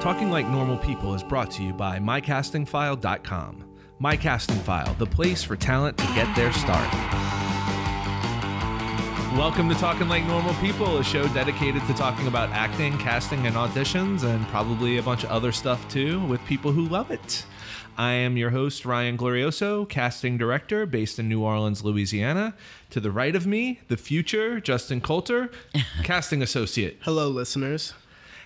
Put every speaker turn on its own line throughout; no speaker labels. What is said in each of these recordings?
Talking Like Normal People is brought to you by MyCastingFile.com. MyCastingFile, the place for talent to get their start. Welcome to Talking Like Normal People, a show dedicated to talking about acting, casting, and auditions, and probably a bunch of other stuff too, with people who love it. I am your host, Ryan Glorioso, casting director based in New Orleans, Louisiana. To the right of me, the future, Justin Coulter, casting associate.
Hello, listeners.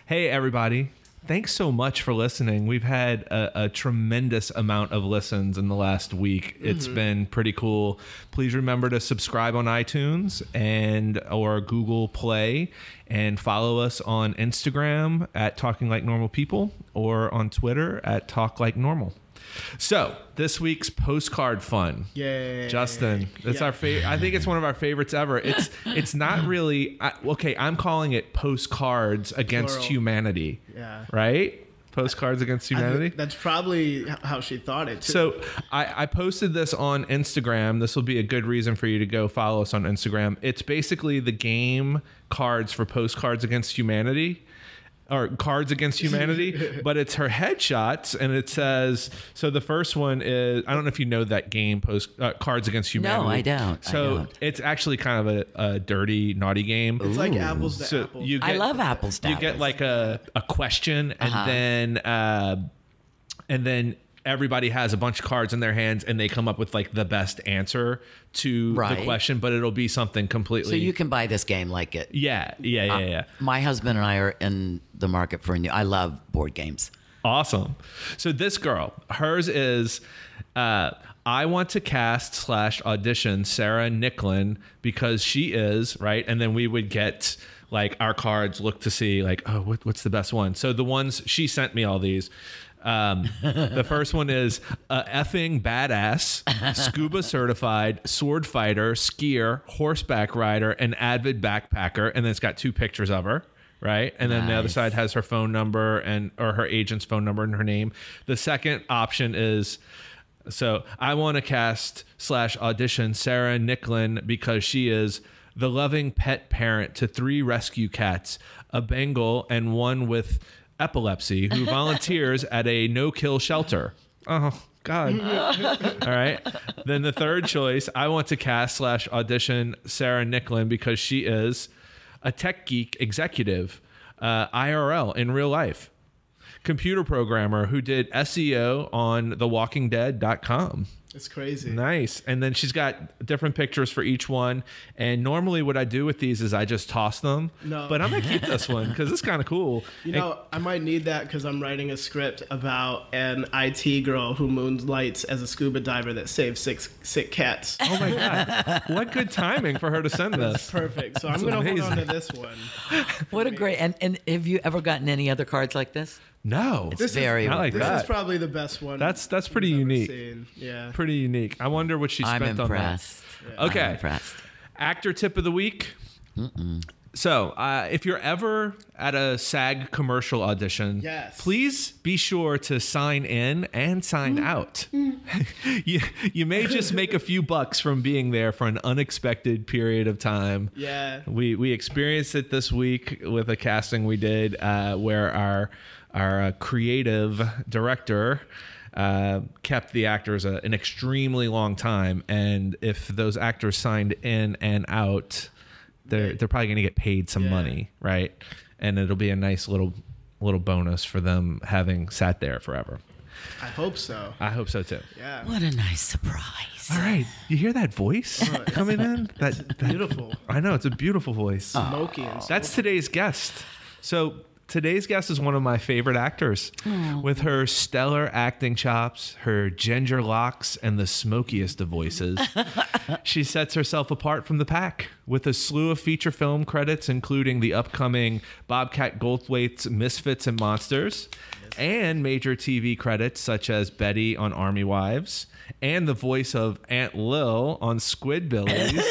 Hey, everybody. Thanks so much for listening. We've had a, a tremendous amount of listens in the last week. It's been pretty cool. Please remember to subscribe on iTunes and or Google Play and follow us on Instagram at Talking Like Normal People or on Twitter at Talk Like Normal. So, this week's postcard fun.
Yay.
Justin, it's
Yeah.
our favorite. I think it's one of our favorites ever. It's it's not really I, okay. I'm calling it postcards against
Plural.
humanity.
Yeah.
Right. Postcards against
I
humanity.
think That's probably h- how she thought it. Too.
So I, I posted this on Instagram. This will be a good reason for you to go follow us on Instagram. It's basically the game cards for postcards against humanity. Or cards against humanity, but it's her headshots, and it says. So the first one is I don't know if you know that game, post uh, cards against humanity.
I don't. I
So
don't.
it's actually kind of a, a dirty, naughty game.
it's like apples to apples.
I love apples to
You get
apples. Uh-huh.
like a, a question, and then uh, and then everybody has a bunch of cards in their hands, and they come up with like the best answer to the
Right.
question, but it'll be something completely.
So you Uh, can buy this game like it.
yeah, yeah, yeah, yeah.
My husband and I are in the market for a new. I love board games.
Awesome. So this girl, hers is, uh, I want to cast slash audition Sarah Nicklin because she is right, and then we would get like our cards, look to see like, oh, what, what's the best one? So the ones she sent me all these. Um, the first one is a effing badass, scuba certified, sword fighter, skier, horseback rider, and avid backpacker, and then it's got two pictures of her right? And then the other side has her phone number and or her agent's phone number and her name. The second option is so I want to cast slash audition Sarah Nicklin because she is the loving pet parent to three rescue cats, a Bengal and one with epilepsy, who volunteers at a no-kill shelter. Oh God. All right. Then the third choice, I want to cast slash audition Sarah Nicklin because she is a tech geek executive, uh, IRL in real life, computer programmer who did SEO on thewalkingdead.com.
it's crazy.
Nice. And then she's got different pictures for each one. And normally, what I do with these is I just toss them.
No.
But I'm going to keep this one because it's kind of cool.
You know, I might need that because I'm writing a script about an IT girl who moonlights as a scuba diver that saves six sick cats.
oh my God. what good timing for her to send this.
Perfect. So I'm gonna hold on to
amazing.
this one.
What a great and, and have you ever gotten any other cards like this?
No.
It's very
I like
This
that.
is probably the best one.
That's that's pretty
I've ever
unique.
seen. Yeah.
Pretty unique. I wonder what she
I'm
spent
impressed.
on that. Okay.
I'm impressed.
Actor tip of the week. So, uh, if you're ever at a SAG commercial audition,
Yes.
please be sure to sign in and sign out. you, you may just make a few bucks from being there for an unexpected period of time.
Yeah.
We we experienced it this week with a casting we did uh, where our our uh, creative director uh, kept the actors a, an extremely long time, and if those actors signed in and out, they're they're probably going to get paid some
Yeah.
money, right? And it'll be a nice little little bonus for them having sat there forever.
I hope so.
I hope so too.
Yeah.
What a nice surprise.
All right, you hear that voice coming in? That, that
Beautiful.
I know it's a beautiful voice.
Smoky and
That's today's guest. So today's guest is one of my favorite actors. With her stellar acting chops, her ginger locks, and the smokiest of voices, she sets herself apart from the pack with a slew of feature film credits, including the upcoming Bobcat Goldthwait's Misfits and Monsters, and major TV credits such as Betty on Army Wives, and the voice of Aunt Lil on Squidbillies.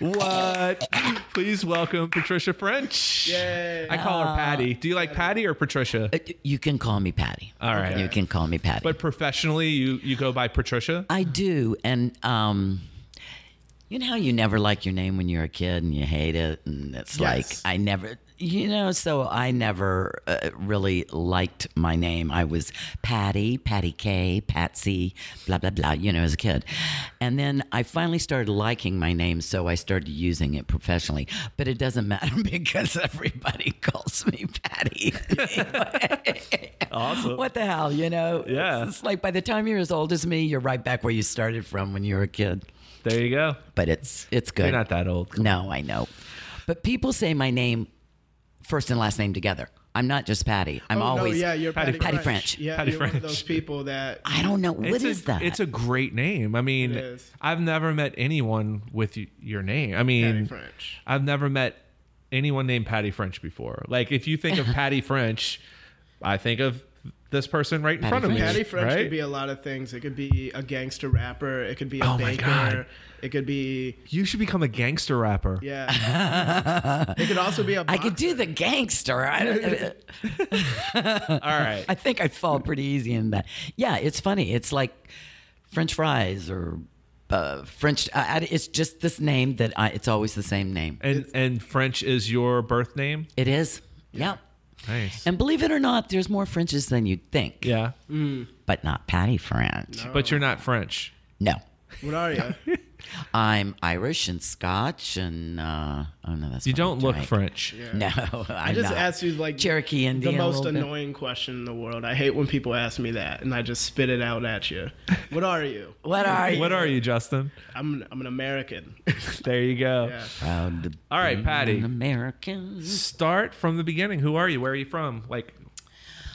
What? Please welcome Patricia French.
Yay.
I call her Patty. Do you like Patty or Patricia?
Uh, You can call me Patty.
All right.
You can call me Patty.
But professionally, you you go by Patricia.
I do, and um, you know how you never like your name when you're a kid and you hate it, and it's
Yes.
like I never. You know, so I never uh, really liked my name. I was Patty, Patty K, Patsy, blah, blah, blah, you know, as a kid. And then I finally started liking my name, so I started using it professionally. But it doesn't matter because everybody calls me Patty.
Awesome.
what the hell, you know?
Yeah.
It's, it's like by the time you're as old as me, you're right back where you started from when you were a kid.
There you go.
But it's it's good.
You're not that old.
No, I know. But people say my name first and last name together. I'm not just Patty. I'm
Oh,
always
no, yeah, you're
Patty
Patty,
French.
Patty French.
Yeah,
Patty
you're one
French.
of those people that
I don't know what
It's
is
a,
that.
It's a great name. I mean,
It is.
I've never met anyone with y- your name. I
Patty
mean,
French.
I've never met anyone named Patty French before. Like, if you think of Patty French, I think of this person right in
Patty
front of me.
French.
Patty French
right?
could be a lot of things. It could be a gangster rapper. It could be a
Oh my
baker.
God.
It could be
you should become a gangster rapper.
yeah. it could also be a.
I could do the gangster. I, don't-
All right.
I think I fall pretty easy in that. Yeah, it's funny. It's like French fries or uh, French. I, I- it's just this name that I, it's always the same name.
and and French is your birth name.
It is. Yeah.
Nice.
And believe it or not, there's more Frenches than you'd think,
yeah,
but not Patty French.
but you're not French.
no.
What are you?
I'm Irish and Scotch and uh, oh no, that's
You
not
don't look
right.
French.
No, I'm
I just
not.
asked you like
Cherokee Indian.
the
a
most
little bit.
annoying question in the world. I hate when people ask me that, and I just spit it out at you. What are you?
What are you?
What are you, Justin?
I'm I'm an American.
There you go.
Yeah.
Proud to
All right,
be
Patty.
an American.
Start from the beginning. Who are you? Where are you from? Like,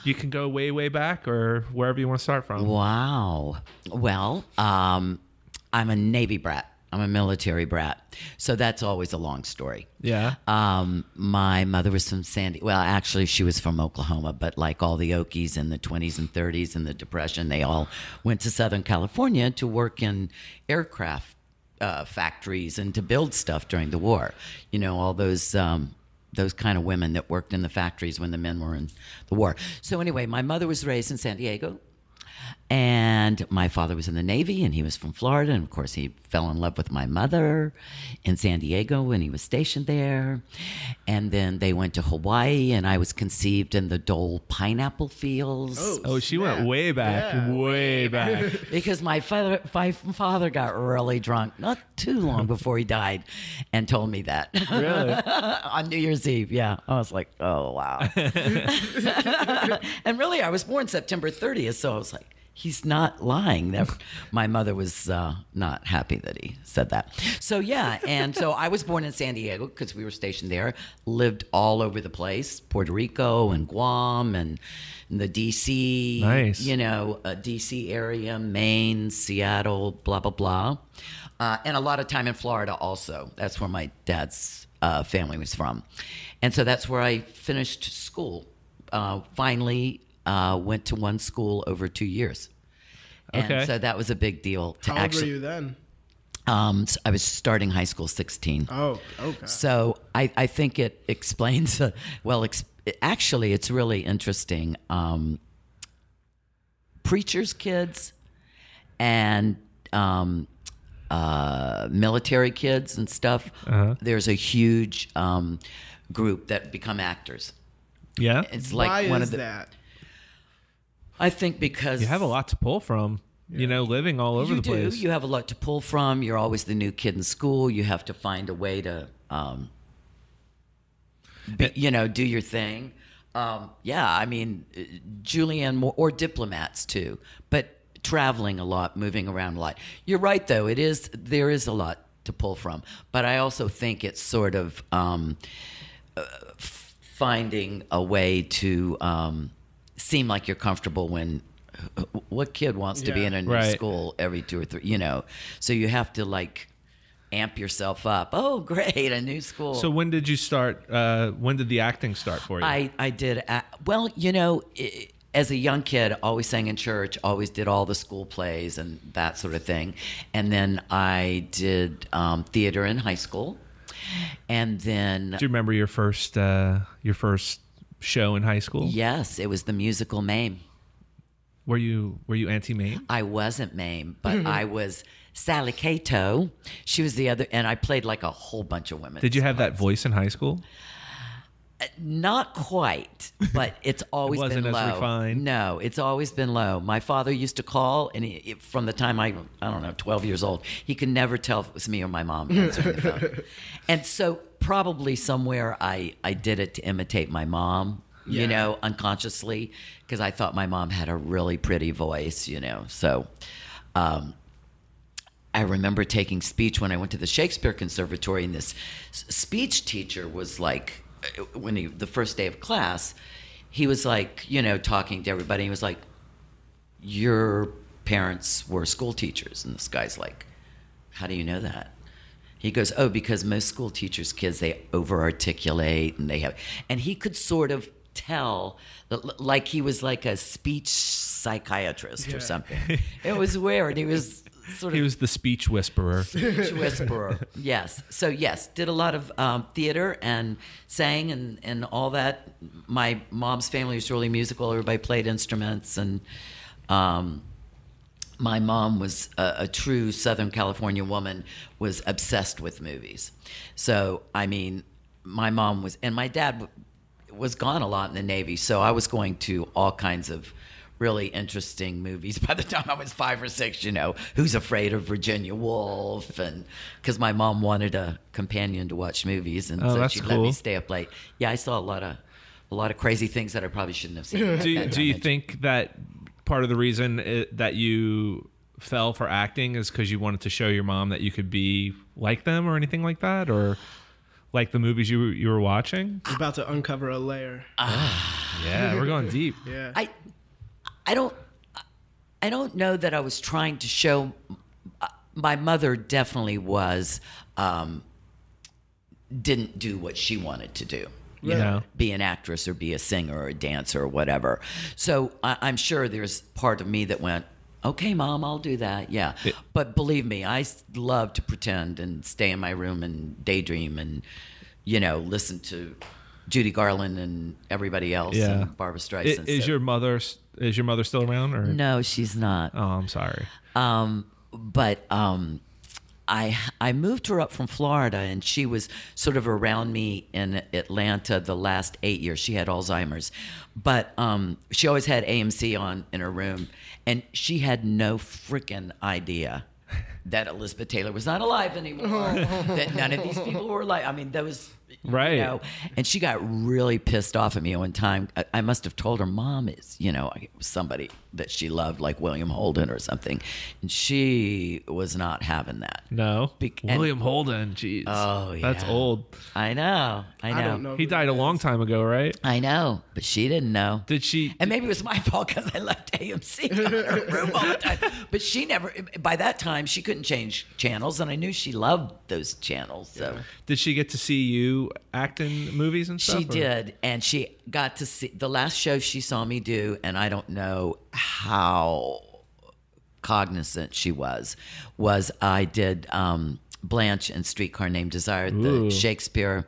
you can go way, way back or wherever you want to start from.
Wow. Well, um, I'm a Navy brat. I'm a military brat. So that's always a long story.
Yeah.
Um, my mother was from Sandy. Well, actually, she was from Oklahoma, but like all the Okies in the 20s and 30s and the Depression, they all went to Southern California to work in aircraft uh, factories and to build stuff during the war. You know, all those um, those kind of women that worked in the factories when the men were in the war. So anyway, my mother was raised in San Diego. And my father was in the Navy and he was from Florida. And of course, he fell in love with my mother in San Diego when he was stationed there. And then they went to Hawaii, and I was conceived in the Dole pineapple fields
oh, she
snap.
went way back,
Yeah.
way back.
because my father, my father got really drunk not too long before he died and told me that
really?
on New Year's Eve. Yeah. I was like, oh, wow. and really, I was born September 30th. So I was like, he's not lying. That My mother was uh, not happy that he said that. So, yeah. And so I was born in San Diego because we were stationed there, lived all over the place Puerto Rico and Guam and the DC,
Nice.
you know, uh, DC area, Maine, Seattle, blah, blah, blah. Uh, and a lot of time in Florida also. That's where my dad's uh, family was from. And so that's where I finished school. Uh, finally, uh, went to one school over two years. And
Okay.
so that was a big deal to
How old were
actually.
you then?
Um, so I was starting high school 16.
Oh, okay.
So I, I think it explains uh, well. Ex- actually, it's really interesting. Um, preachers' kids and um, uh, military kids and stuff.
Uh-huh.
There's a huge um, group that become actors.
Yeah.
It's like
Why
one
is
of the.
that?
I think because
You have a lot to pull from, you know, living all over
you
the
do.
place.
You have a lot to pull from. You're always the new kid in school. You have to find a way to, um,
Eh.
be, you know, do your thing. Um, yeah, I mean, uh, Julianne Moore or diplomats too, but traveling a lot, moving around a lot. You're right, though. It is there is a lot to pull from, but I also think it's sort of um, uh, f- finding a way to um, seem like you're comfortable when. uh, What kid wants to be
Yeah.
in a new
Right.
school every two or three, you know. So you have to like amp yourself up. Oh, great, a new school.
so when did you start? Uh, when did the acting start for you?
I I did a well, you know, i as a young kid, always sang in church, always did all the school plays and that sort of thing. And then I did um, theater in high school. And then
do you remember your first uh, your first show in high school?
yes, it was the musical Mame.
Were you were you Auntie Mame?
I wasn't Mame,
Mm-hmm.
but I was Sally Cato. She was the other, and I played like a whole bunch of women.
Did you have that voice in high school?
Not quite, but it's always
wasn't
been
as
low.
refined.
No, it's always been low. My father used to call, and he, it- from the time I, I don't know, 12 years old, he could never tell if it was me or my mom answering the phone. and so probably somewhere I, I did it to imitate my mom,
Yeah.
you know, unconsciously, because I thought my mom had a really pretty voice, you know. So um, I remember taking speech when I went to the Shakespeare Conservatory, and this s- speech teacher was like, uh, when he, the first day of class, he was like, you know, talking to everybody. He was like, Your parents were school teachers. And this guy's like, How do you know that? He goes, Oh, because most school teachers' kids, they over articulate and they have, and he could sort of tell, l- l- like he was like a speech psychiatrist or something. It was weird. He was sort of
He was the speech whisperer.
speech whisperer. yes. So yes, did a lot of um, theater and sang and and all that. My mom's family was really musical. Everybody played instruments and. Um, my mom was uh, a, a true Southern California woman, was obsessed with movies. So, I mean, my mom was, and my dad w- was gone a lot in the Navy. So I was going to all kinds of really interesting movies by the time I was five or six, you know, Who's Afraid of Virginia Woolf? And because my mom wanted a companion to watch movies. And
Oh,
so
that's
she let me
cool.
stay up late. Yeah, I saw a lot of. A lot of crazy things that I probably shouldn't have seen. at
do you,
that
do you
time.
think that part of the reason it, that you fell for acting is because you wanted to show your mom that you could be like them or anything like that or like the movies you you were watching
We're about to uncover a layer.
yeah we're going deep
Yeah.
I, I don't, I don't know that I was trying to show. uh, My mother definitely was, um, didn't do what she wanted to do.
you know
Be an actress or be a singer or a dancer or whatever. So I, I'm sure there's part of me that went, okay, mom, I'll do that. Yeah. but believe me, I s- love to pretend and stay in my room and daydream and, you know, listen to Judy Garland and everybody else
Yeah.
and Barbara
I-
Streisand.
is
So-
your mother s- is your mother still around or
no, she's not.
oh i'm sorry
Um, but um, I I moved her up from Florida, and she was sort of around me in Atlanta the last eight years. She had Alzheimer's, but um, she always had AMC on in her room, and she had no freaking idea. That Elizabeth Taylor was not alive anymore. that none of these people were alive. I mean, those you
Right.
know, and she got really pissed off at me one time. I, I must have told her mom is, you know, it was somebody that she loved, like William Holden or something. And she was not having that.
no
Bec- and-
william holden jeez
Oh,
that's
yeah.
old
I know. I know.
I don't know.
he
who
died a
that
long time ago right
I know. But she didn't know.
did she
and maybe it was my fault because I left AMC in her room all the time. But she never, by that time, she couldn't change channels. And I knew she loved those channels. So.
did she get to see you act in movies and stuff
She
or-
did, and she got to see the last show she saw me do, and I don't know how cognizant she was. Was I did um, Blanche and Streetcar Named Desire, at the Shakespeare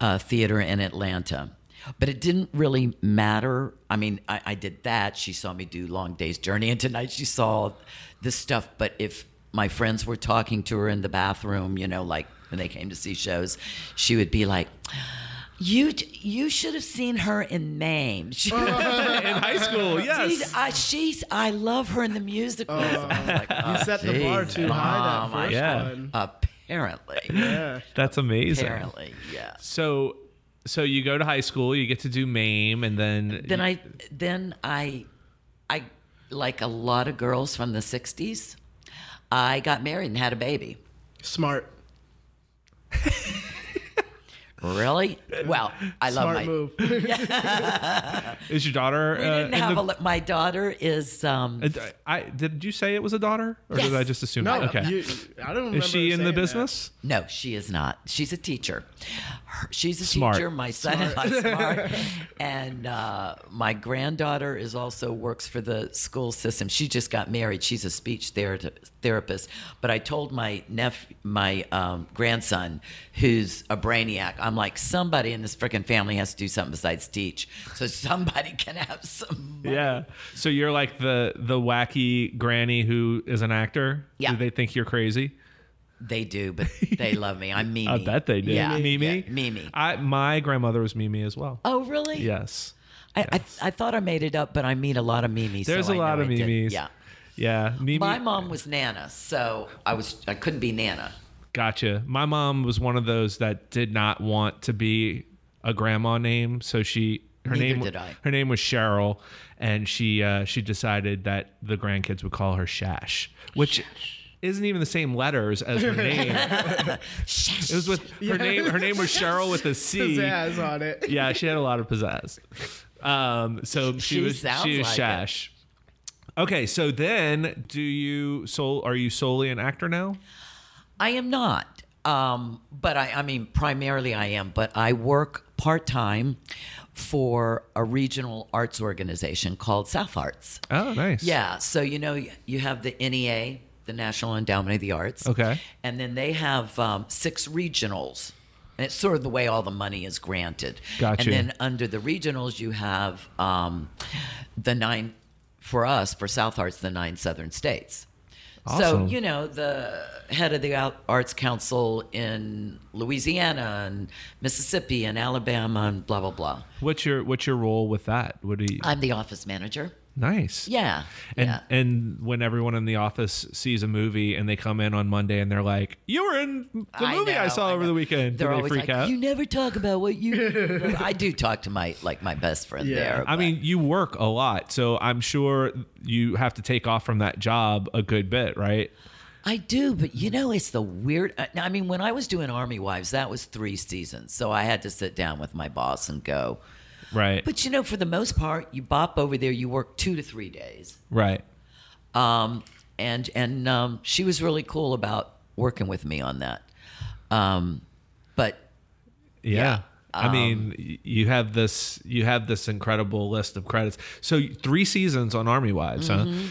uh, Theater in Atlanta. But it didn't really matter. I mean, I, I did that. She saw me do Long Day's Journey, and tonight she saw this stuff. But if my friends were talking to her in the bathroom, you know, like when they came to see shows, she would be like, you you should have seen her in Mame. She,
Oh,
in high school yes
she's, I, she's I love her in the musicals. I was like,
You
"Oh,
set the bar
geez,
too high that
Mom, I-
first
Yeah.
one.
Apparently,
Yeah.
that's amazing
apparently, yeah.
So, so you go to high school, you get to do MAME, and then
Then I then I I like a lot of girls from the '60s. I got married and had a baby.
Smart.
Really? Well, I love
Smart
my
move.
is your daughter.
We
uh,
didn't
in
have
the-
a li- my daughter is um,
uh, I did you say it was a daughter, or
Yes.
did I just assume?
No,
that? Okay.
you, I don't remember
is she in the
saying that.
business?
No, she is not. She's a teacher. Her- She's a
Smart.
teacher. My son and I smart, and uh, my granddaughter is also works for the school system. She just got married. She's a speech thera- therapist. But I told my nephew, my um, grandson, who's a brainiac, I'm like, somebody in this freaking family has to do something besides teach, so somebody can have some. money."
Yeah. So you're like the the wacky granny who is an actor.
Yeah.
Do they think you're crazy?
They do, but they love me. I'm Mimi.
I bet they did.
Yeah.
Mimi.
Yeah. Mimi.
I my grandmother was Mimi as well.
Oh, really?
Yes.
I, I, I thought I made it up, but I meet a lot of Mimis. so
There's a
I
lot
know
of
I did.
Mimis.
Yeah.
Yeah. Mimi.
My mom was Nana, so I was I couldn't be Nana.
Gotcha. My mom was one of those that did not want to be a grandma name, so she her
Neither
name
did I.
her name was Cheryl, and she uh, she decided that the grandkids would call her Shash, which isn't even the same letters as her name. it was with her name. Her name was Cheryl with a C.
Pizzazz on it.
Yeah, she had a lot of pizzazz. Um, so she,
She
was
sounds
she was
like it.
Shash. Okay, so then do you soul are you solely an actor now?
I am not. Um, but I, I mean, primarily I am, but I work part time for a regional arts organization called South Arts.
Oh, nice.
Yeah. So, you know, you have the NEA, the National Endowment of the Arts.
Okay.
And then they have um, six regionals. And it's sort of the way all the money is granted.
Got you.
And then under the regionals, you have um, the nine, for us, for South Arts, the nine southern states.
Awesome.
So, you know, the head of the Al- Arts Council in Louisiana and Mississippi and Alabama and blah, blah, blah.
What's your what's your role with that? What do you
I'm the office manager.
Nice.
Uh, Yeah.
And
yeah.
and when everyone in the office sees a movie and they come in on Monday and they're like, "You were in the movie I,
know,
saw over
know.
the weekend."
They're
do they
always
freak
like,
out?
You never talk about what you. I do talk to my like my best friend
Yeah.
there.
I
but-
mean, you work a lot, so I'm sure you have to take off from that job a good bit, right?
I do, but you know, it's the weird. I- I mean, when I was doing Army Wives, that was three seasons, so I had to sit down with my boss and go.
Right.
But you know, for the most part, you bop over there. You work two to three days,
right.
um, and and um, she was really cool about working with me on that. Um, but
Yeah.
Yeah. Um,
I mean, y- you have this you have this incredible list of credits. So 3 seasons on Army Wives,
Mm-hmm.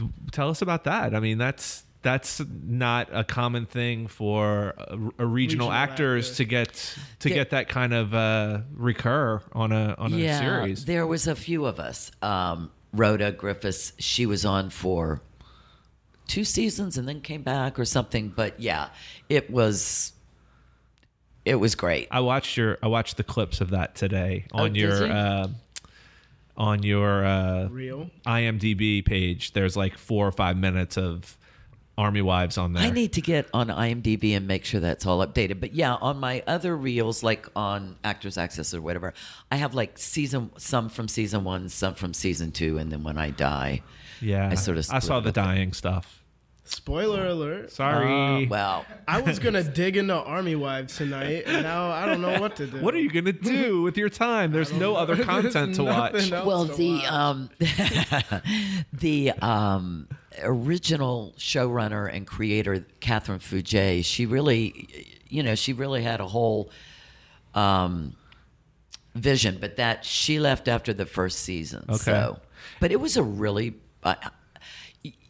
huh? Tell us about that. I mean, that's that's not a common thing for a, a regional,
Regional
actors
actor.
to get to
The-
get that kind of uh, recur on a on a series.
There was a few of us. Um, Rhoda Griffiths, she was on for two seasons and then came back or something. But yeah, it was it was great.
I watched your I watched the clips of that today on
Oh, did
your
you?
uh, on your uh,
Real.
IMDb page. There's like 4 or 5 minutes of Army Wives on there.
I need to get on IMDb and make sure that's all updated. But yeah, on my other reels, like on Actors Access or whatever, I have like season some from season one, some from season two, and then when I die,
Yeah,
I sort of
I saw
split
the
it up.
dying stuff.
Spoiler alert.
Sorry.
Oh, well,
I was gonna dig into Army Wives tonight, and now I don't know what to do.
what are you gonna do with your time? There's no other content to watch.
Nothing else
well
to
the
watch.
um the um original showrunner and creator catherine Fouget, she really you know she really had a whole um vision but that she left after the first season
Okay.
so but it was a really uh,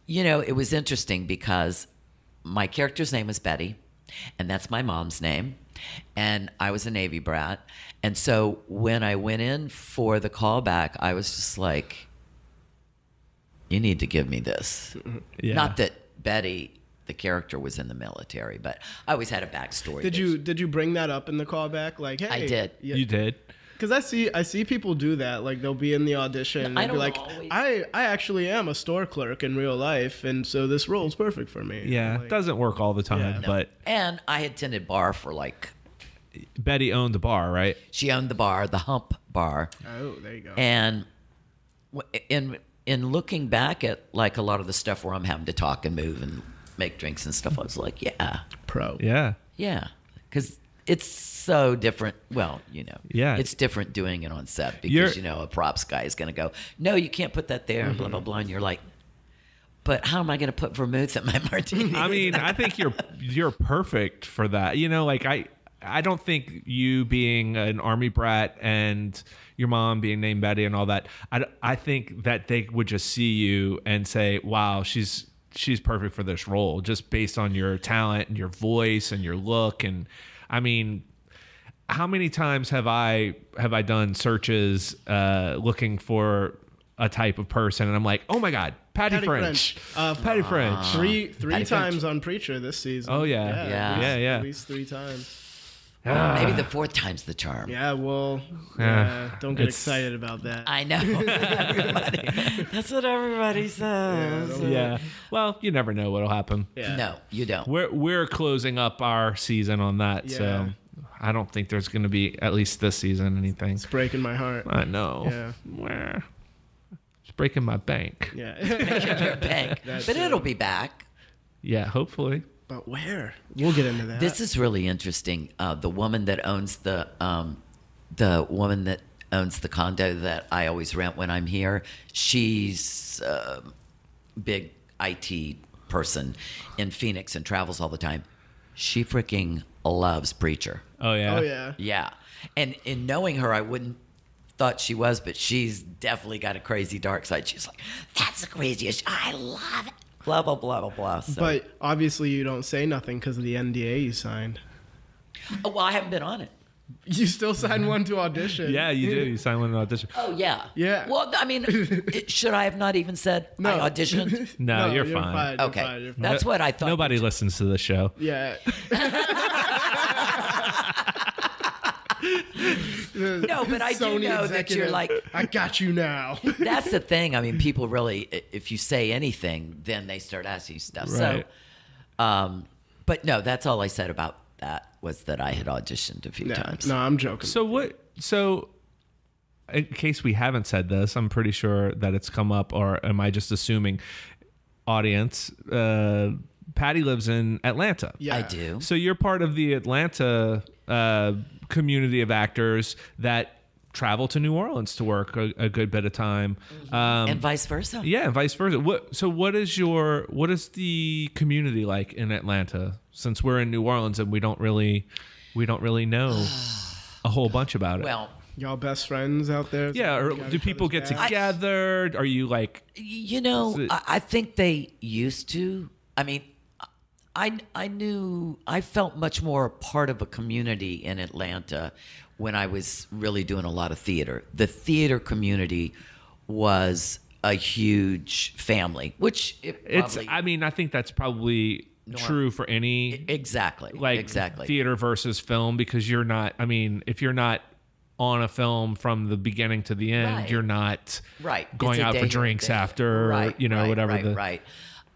you know it was interesting because my character's name was Betty, and that's my mom's name. And I was a Navy brat. And so when I went in for the callback, I was just like, you need to give me this.
Yeah.
Not that Betty, the character, was in the military, but I always had a backstory.
Did
that
you
she-
did you bring that up in the callback? Like, hey,
did.
you did.
Because I see I see people do that. Like they'll be in the audition and
I
be
don't
like,
always-
I I actually am a store clerk in real life, and so this role's perfect for me.
Yeah,
Like,
doesn't work all the time.
Yeah.
But
And I had tended bar for like,
Betty owned the bar, right?
she owned the bar, the Hump Bar.
oh, there you go.
And w- in in looking back at like a lot of the stuff where I'm having to talk and move and make drinks and stuff, I was like, yeah,
Pro.
Yeah.
yeah, because it's so different. Well, you know,
Yeah.
it's different doing it on set because
You're-
you know a props guy is going to go, no, you can't put that there, and blah blah blah, and you're like, but how am I going to put vermouth in my martini?
I mean, I think you're you're perfect for that. You know, like I I don't think you being an army brat and your mom being named Betty and all that. I I think that they would just see you and say, "Wow, she's she's perfect for this role," just based on your talent and your voice and your look. And I mean, how many times have I have I done searches uh, looking for a type of person, and I'm like, oh my god, Patty,
Patty
French. Ah.
French. Uh,
Patty French.
Three three
Patty French.
times on Preacher this season.
Uh, Oh, yeah.
Yeah.
at least-
Yeah, yeah.
At least three times.
Maybe
uh,
the fourth time's the charm.
Yeah, well,
Yeah.
yeah, don't get
It's-
excited about that.
I know. Everybody- That's what everybody says.
Yeah. Well, you never know what'll happen.
yeah.
No, you don't.
We're we're closing up our season on that, so I don't think there's going to be at least this season anything.
It's breaking my heart.
I know.
Yeah.
Where? It's breaking my bank. Yeah,
Yeah.
Your bank.
That's
But
it.
it'll be back.
hopefully.
but where? We'll get into that.
This is really interesting. Uh, the woman that owns the um, the woman that owns the condo that I always rent when I'm here, she's a big IT person in Phoenix and travels all the time. She freaking loves Preacher.
Oh yeah.
oh, yeah.
Yeah. And in knowing her, I wouldn't thought she was, but she's definitely got a crazy dark side. She's like, that's the craziest. I love it. Blah, blah, blah, blah, blah. So,
But obviously, you don't say nothing because of the NDA you signed.
oh, well, I haven't been on it.
You still signed one to audition.
Yeah, you do. You sign one an audition.
Oh, yeah.
Yeah.
Well, I mean, it, should I have not even said
No.
I auditioned?
No, you're, fine.
you're
Okay.
fine, you're fine.
That's what I thought.
Nobody listens to the show.
Yeah.
No, but I do know that you're
executive,
like,
I got you now.
that's the thing. I mean, people really, i- if you say anything, then they start asking you stuff.
Right.
So, um, but no, that's all I said about that was that I had auditioned a few times.
no, I'm joking.
So what? So in case we haven't said this, I'm pretty sure that it's come up, or am I just assuming? Audience, uh, Patty lives in Atlanta.
yeah.
I do.
So you're part of the Atlanta uh, community of actors that travel to New Orleans to work a, a good bit of time. Um,
Mm-hmm. and vice versa.
yeah, and vice versa. What? So what is your what is the community like in Atlanta? Since we're in New Orleans and we don't really we don't really know a whole bunch about it.
Well,
Y'all best friends out there?
yeah. Or do people get
together?
together? Are you like?
you know,
it-
I, I think they used to. I mean, I I knew I felt much more a part of a community in Atlanta when I was really doing a lot of theater. The theater community was a huge family, which it
It's.
probably, e-,
I mean, I think that's probably true for any
exactly
like
exactly
theater versus film because you're not i mean if you're not on a film from the beginning to the end
Right.
you're not
right
going
It's a
out
day
for
here,
drinks
day there.
after
Right,
you know
right,
whatever
right,
the
right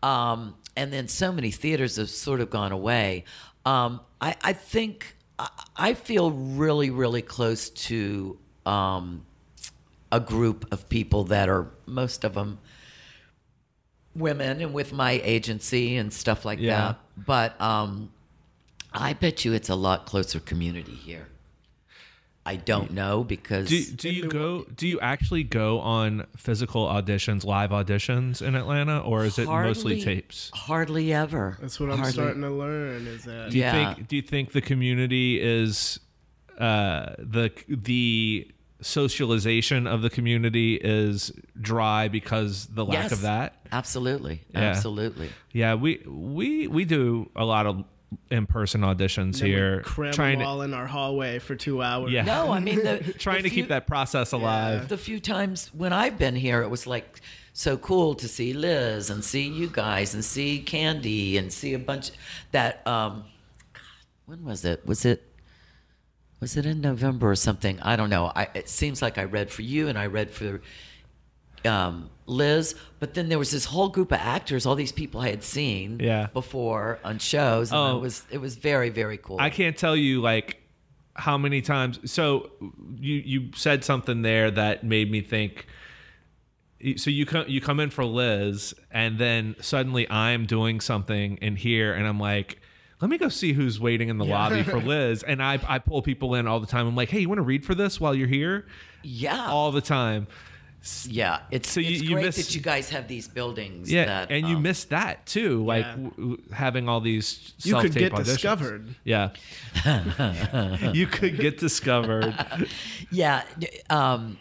um, and then so many theaters have sort of gone away um, I, I think I, I feel really really close to um, a group of people that are most of them women and with my agency and stuff like
Yeah.
that but um, i bet you it's a lot closer community here i don't know because
do, do you go do you actually go on physical auditions live auditions in atlanta or is it mostly
Hardly-
tapes
Hardly ever.
That's what I'm
Hardly.
starting to learn is that.
do you
Yeah.
think do you think the community is uh the the socialization of the community is dry because the lack
Yes.
of that
Absolutely. Absolutely.
Yeah, we we we do a lot of in-person auditions here,
Cram
trying
them
to
all in our hallway for two hours.
yeah,
No, I mean the
trying
the
to keep
few-
that process alive.
the few times when I've been here it was like so cool to see Liz and see you guys and see Candy and see a bunch that um God, when was it? Was it was it in November or something? I don't know. I it seems like I read for you and I read for um, Liz, but then there was this whole group of actors, all these people I had seen
Yeah.
before on shows, and
Oh.
it was it was very very cool.
I can't tell you like how many times. So you you said something there that made me think. So you come you come in for Liz, and then suddenly I'm doing something in here, and I'm like. Let me go see who's waiting in the lobby for Liz. And I, I pull people in all the time. I'm like, hey, you want to read for this while you're here?
yeah,
All the time.
Yeah, it's
So you-
it's
you
great
miss-
that you guys have these buildings.
Yeah,
that,
and you
um,
miss that too, like
Yeah.
w- w- having all these.
You could
self-tape
get
auditions.
discovered.
Yeah, you could get discovered.
Yeah, d- um,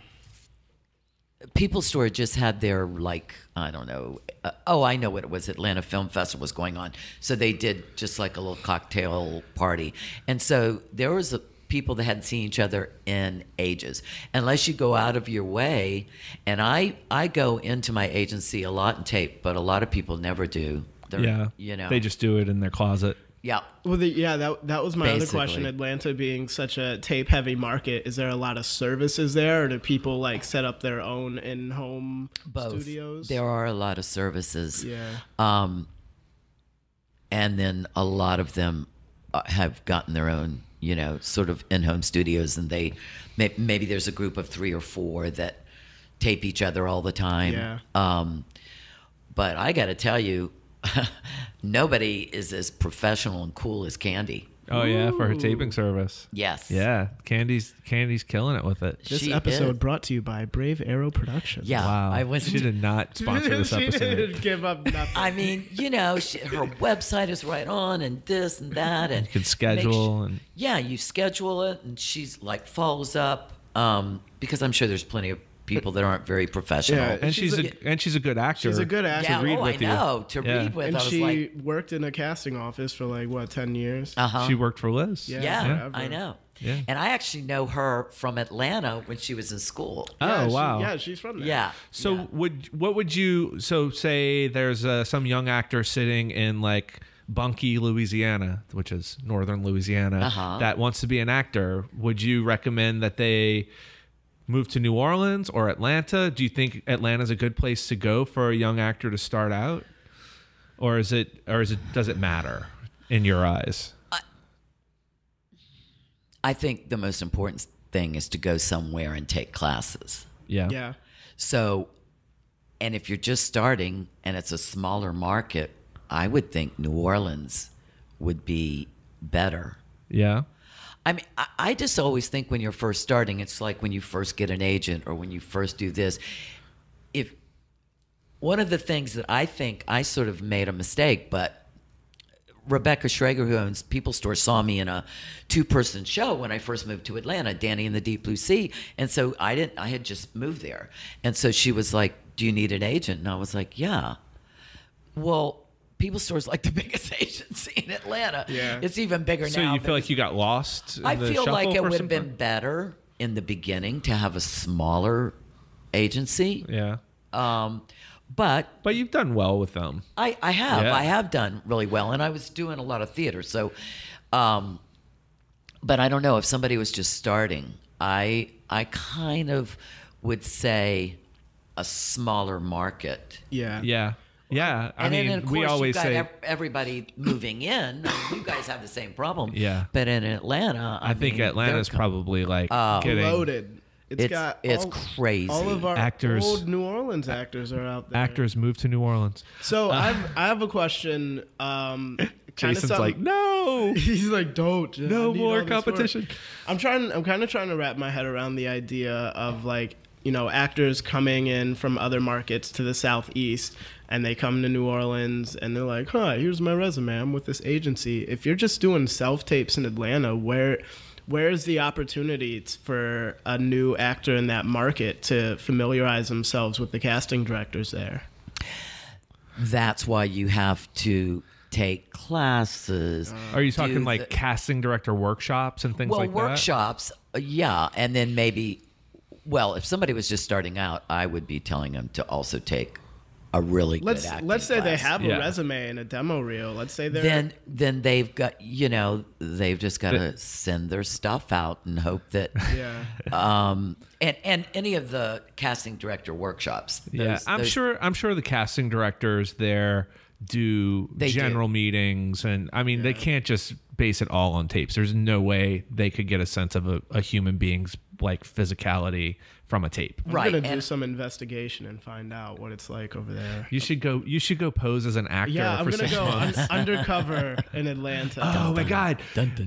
People Store just had their like I don't know. Uh, oh, I know what it was. Atlanta Film Festival was going on, so they did just like a little cocktail party, and so there was a people that hadn't seen each other in ages. Unless you go out of your way, and I I go into my agency a lot and tape, but a lot of people never do. They're,
yeah.
you know
They just do it in their closet.
yeah.
Well, the, yeah, that that was my other question.
Basically.
Atlanta being such a tape-heavy market, is there a lot of services there, or do people like set up their own in-home
both.
studios?
There are a lot of services.
Yeah.
Um, and then a lot of them uh, have gotten their own, you know, sort of in home studios, and they may, maybe there's a group of three or four that tape each other all the time.
Yeah.
Um, but I got to tell you, nobody is as professional and cool as Candy.
Oh yeah, for her taping service.
Yes.
Yeah, Candy's Candy's killing it with it.
This
She
episode
is.
brought to you by Brave Arrow Productions.
Yeah.
Wow,
I was
she did not sponsor this
she
episode.
didn't give up nothing.
I mean, you know, she, her website is right on, and this and that, and you
can schedule and-
yeah, you schedule it, and she's like follows up um, because I'm sure there's plenty of people that aren't very professional.
Yeah,
And she's,
She's
a, and she's a good actor.
She's a good actor.
Yeah,
read
oh,
with
I
you.
know to
Yeah.
read with.
and
I was
she
like,
worked in a casting office for like what ten years.
uh huh.
She worked for Liz.
Yeah.
Yeah,
forever.
I know.
Yeah.
And I actually know her from Atlanta when she was in school.
Oh
Yeah, she-
wow.
yeah, she's from there.
Yeah.
So would what would you so say? There's uh, some young actor sitting in like Bunkie, Louisiana, which is northern Louisiana,
Uh-huh.
that wants to be an actor. Would you recommend that they move to New Orleans or Atlanta? Do you think Atlanta's a good place to go for a young actor to start out, or is it or is it does it matter in your eyes?
I think the most important thing is to go somewhere and take classes.
Yeah.
yeah.
So, and if you're just starting and it's a smaller market, I would think New Orleans would be better.
Yeah.
I mean, I, I just always think when you're first starting, it's like when you first get an agent or when you first do this. If one of the things that I think I sort of made a mistake, but Rebecca Schrager, who owns People Store, saw me in a two-person show when I first moved to Atlanta, Danny and the Deep Blue Sea, and so I didn't. I had just moved there, and so she was like, "Do you need an agent?" And I was like, "Yeah." Well, People Store is like the biggest agency in Atlanta.
Yeah.
it's even bigger
So
now.
you
than
feel like you got lost? in
I
the
feel like
shuffle
it
for
would
some
have been better in the beginning to have a smaller agency.
part? Yeah.
Um, but
But you've done well with them.
I, I have.
Yeah.
I have done really well. And I was doing a lot of theater. So, um, but I don't know if somebody was just starting, I, I kind of would say a smaller market.
Yeah.
Yeah. Yeah. I
and
mean,
then, of course,
we always
you've got
say,
ev- everybody moving in. you guys have the same problem.
Yeah.
But in Atlanta, I,
I think
mean, Uh,
Atlanta's
they're com-
probably like getting
Loaded.
It's-
got
it's
all-
crazy.
All of our
Actors-
old New Orleans actors are out there.
actors move to New Orleans.
So I've, I have a question. Um, kinda
Jason's
something-
like, no.
he's like, don't. I
No
need
more
all this work."
competition.
I'm trying. I'm kind of trying to wrap my head around the idea of like you know actors coming in from other markets to the southeast and they come to new orleans and they're like huh here's my resume i'm with this agency if you're just doing self tapes in atlanta where where's the opportunity t- for a new actor in that market to familiarize themselves with the casting directors there
That's why you have to take classes.
Are you
do
talking like
the-
casting director workshops and things
well
like
workshops? uh, Yeah, and then maybe. Well, if somebody was just starting out, I would be telling them to also take a really
let's
good acting
let's say they
class.
have
Yeah.
a resume and a demo reel let's say they're
Then, then they've got you know they've just got to send their stuff out and hope that.
yeah
Um, and and any of the casting director workshops.
that? Yeah.
those-
I'm
those-
sure I'm sure the casting directors there do
They do.
general meetings and I mean they can't just base it all on tapes. There's no way they could get a sense of a, a human being's like physicality from a tape.
I'm
Right.
gonna do
and-
some investigation and find out what it's like over there.
You should go you should go pose as an actor
Yeah, I'm
for
gonna
six
go
months.
un- undercover in Atlanta.
Oh my god!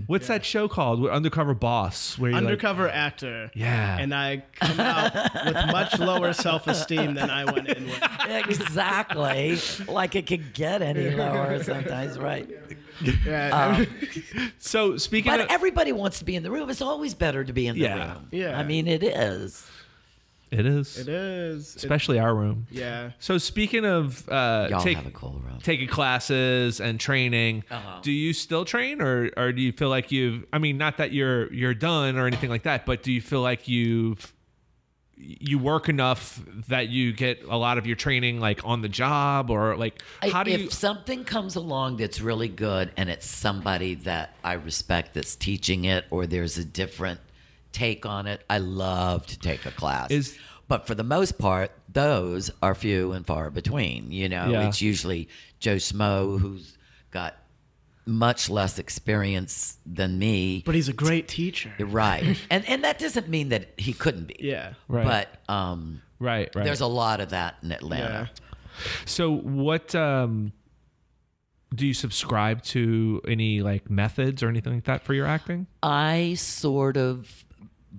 What's that show called? Undercover Boss, where you're
undercover actor.
Yeah.
and I come out with much lower self-esteem than I went in with.
exactly like it could get any lower sometimes, right?
Yeah, Um,
like. So speaking
But
of,
everybody wants to be in the room. It's always better to be in the
Yeah.
room.
Yeah.
I mean, it is.
It is.
It is. It-
Especially our room.
yeah.
So speaking of uh,
Y'all
take,
have a cool room.
taking classes and training,
Uh-huh.
do you still train, or or do you feel like you've? I mean, not that you're you're done or anything like that, but do you feel like you've you work enough that you get a lot of your training like on the job, or like how do
if
you?
something comes along that's really good and it's somebody that I respect that's teaching it or there's a different take on it, I love to take a class.
Is-
but for the most part, those are few and far between. You know,
Yeah.
it's usually Joe Smo who's got much less experience than me.
But he's a great teacher.
right. and and that doesn't mean that he couldn't be.
Yeah.
Right.
But um
Right, right.
there's a lot of that in Atlanta.
Yeah.
so what um do you subscribe to any like methods or anything like that for your acting?
I sort of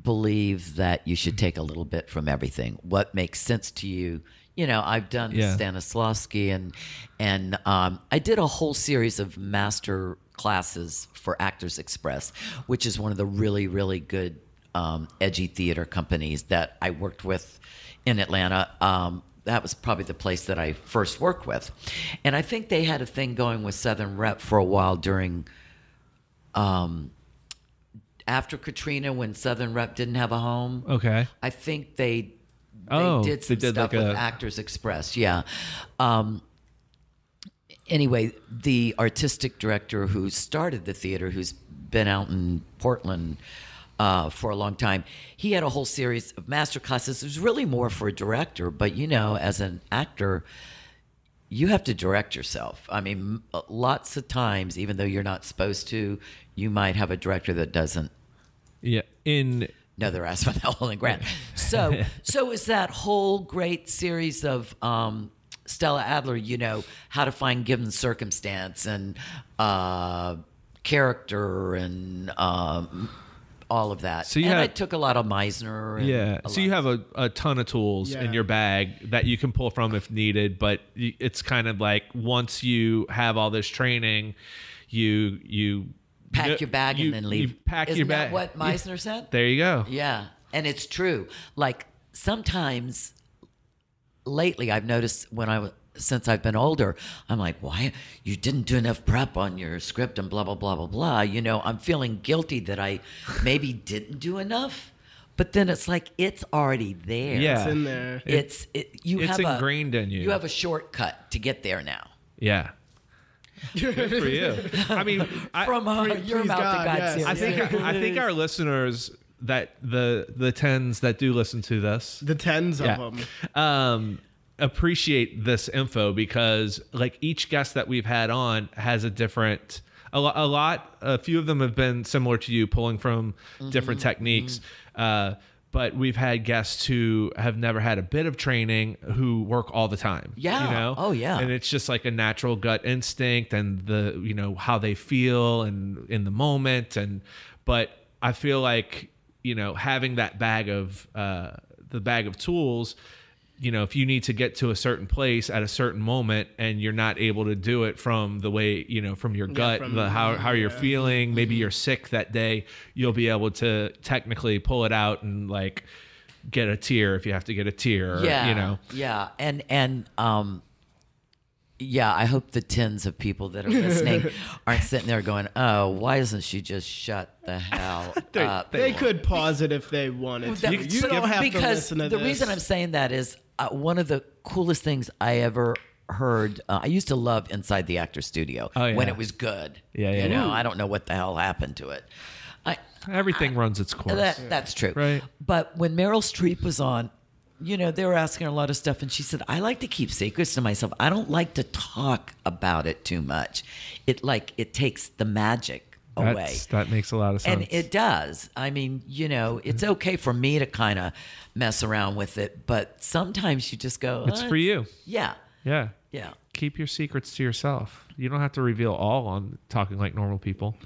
believe that you should take a little bit from everything. What makes sense to you? You know, I've done
Yeah.
Stanislavski and and um, I did a whole series of master classes for Actors Express, which is one of the really really good um, edgy theater companies that I worked with in Atlanta. Um, that was probably the place that I first worked with, and I think they had a thing going with Southern Rep for a while during after Katrina when Southern Rep didn't have a home.
Okay.
I think they they
Oh,
did
they
some
did
stuff
like
with
a-
Actors Express. Yeah. Um, anyway, the artistic director who started the theater, who's been out in Portland. Uh, for a long time, he had a whole series of master classes. It was really more for a director, but you know, as an actor, you have to direct yourself. I mean, m- uh, lots of times, even though you're not supposed to, you might have a director that doesn't
Yeah. In
no, they're Asphodel and Grant. So, so is that whole great series of um, Stella Adler? You know how to find given circumstance and uh, character and um, all of that.
So you
and I
have-
took a lot of Meisner. And
Yeah.
a
So you
lot-
have a, a ton of tools in
Yeah.
your bag that you can pull from if needed, but y- it's kind of like once you have all this training, you you
pack
kn-
your bag
you-
and then leave.
You pack
Isn't
your
that
bag.
what Meisner said?
There you go.
Yeah. And it's true. Like sometimes lately I've noticed when I was since I've been older, I'm like, why you didn't do enough prep on your script and blah blah blah blah blah. You know, I'm feeling guilty that I maybe didn't do enough. But then it's like it's already there.
Yeah.
It's in there.
It's it, you
It's
have a-
ingrained in you.
You have a shortcut to get there now.
Yeah. Good for you. I mean, I,
From uh, your
please
mouth
God,
to
yes.
God's ears.
I think I think our listeners that the the tens that do listen to this
The tens
yeah.
of them.
Um, appreciate this info because like each guest that we've had on has a different a, lo- a lot a few of them have been similar to you pulling from different
Mm-hmm.
techniques uh, but we've had guests who have never had a bit of training who work all the time
Yeah.
you know
Oh, yeah.
and it's just like a natural gut instinct and the you know how they feel and in the moment and but i feel like you know having that bag of uh the bag of tools you know if you need to get to a certain place at a certain moment and you're not able to do it from the way you know from your gut
from-
the how, how you're feeling maybe
Mm-hmm.
you're sick that day you'll be able to technically pull it out and like get a tear if you have to get a tear or,
yeah
you know
yeah and and um yeah i hope the tens of people that are listening aren't sitting there going oh why doesn't she just shut the hell up
They could pause it if they wanted to.
That-
You,
could skip-
don't have
because
to listen to
the
this.
reason i'm saying that is uh, one of the coolest things i ever heard uh, i used to love inside the actor studio
Oh, yeah.
when it was good
Yeah, yeah.
you know
Ooh.
i don't know what the hell happened to it i
everything runs its course
That, That's true.
Right.
But when Meryl Streep was on, you know, they were asking her a lot of stuff, and she said, "I like to keep secrets to myself. I don't like to talk about it too much. It like it takes the magic
That's-
away."
That Mm-hmm. makes a lot of sense.
And it does. I mean, you know, it's okay for me to kind of mess around with it, but sometimes you just go,
it's
"Uh,
for you.
Yeah.
Yeah.
Yeah.
Keep your secrets to yourself. You don't have to reveal all on talking like normal people.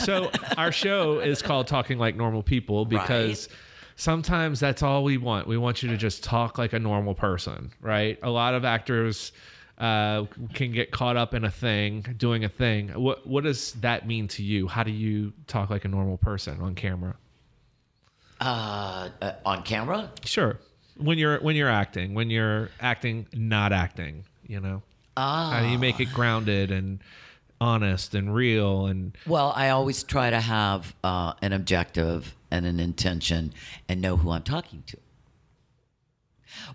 so our show is called Talking Like Normal People because sometimes that's all we want. We want you to just talk like a normal person, right? A lot of actors uh, can get caught up in a thing, doing a thing. What what does that mean to you? How do you talk like a normal person on camera?
Uh, uh, on camera?
Sure. when you're when you're acting, when you're acting, not acting, you know. How do you make
Ah.
it grounded and honest and real and
Well, I always try to have uh, an objective and an intention and know who I'm talking to.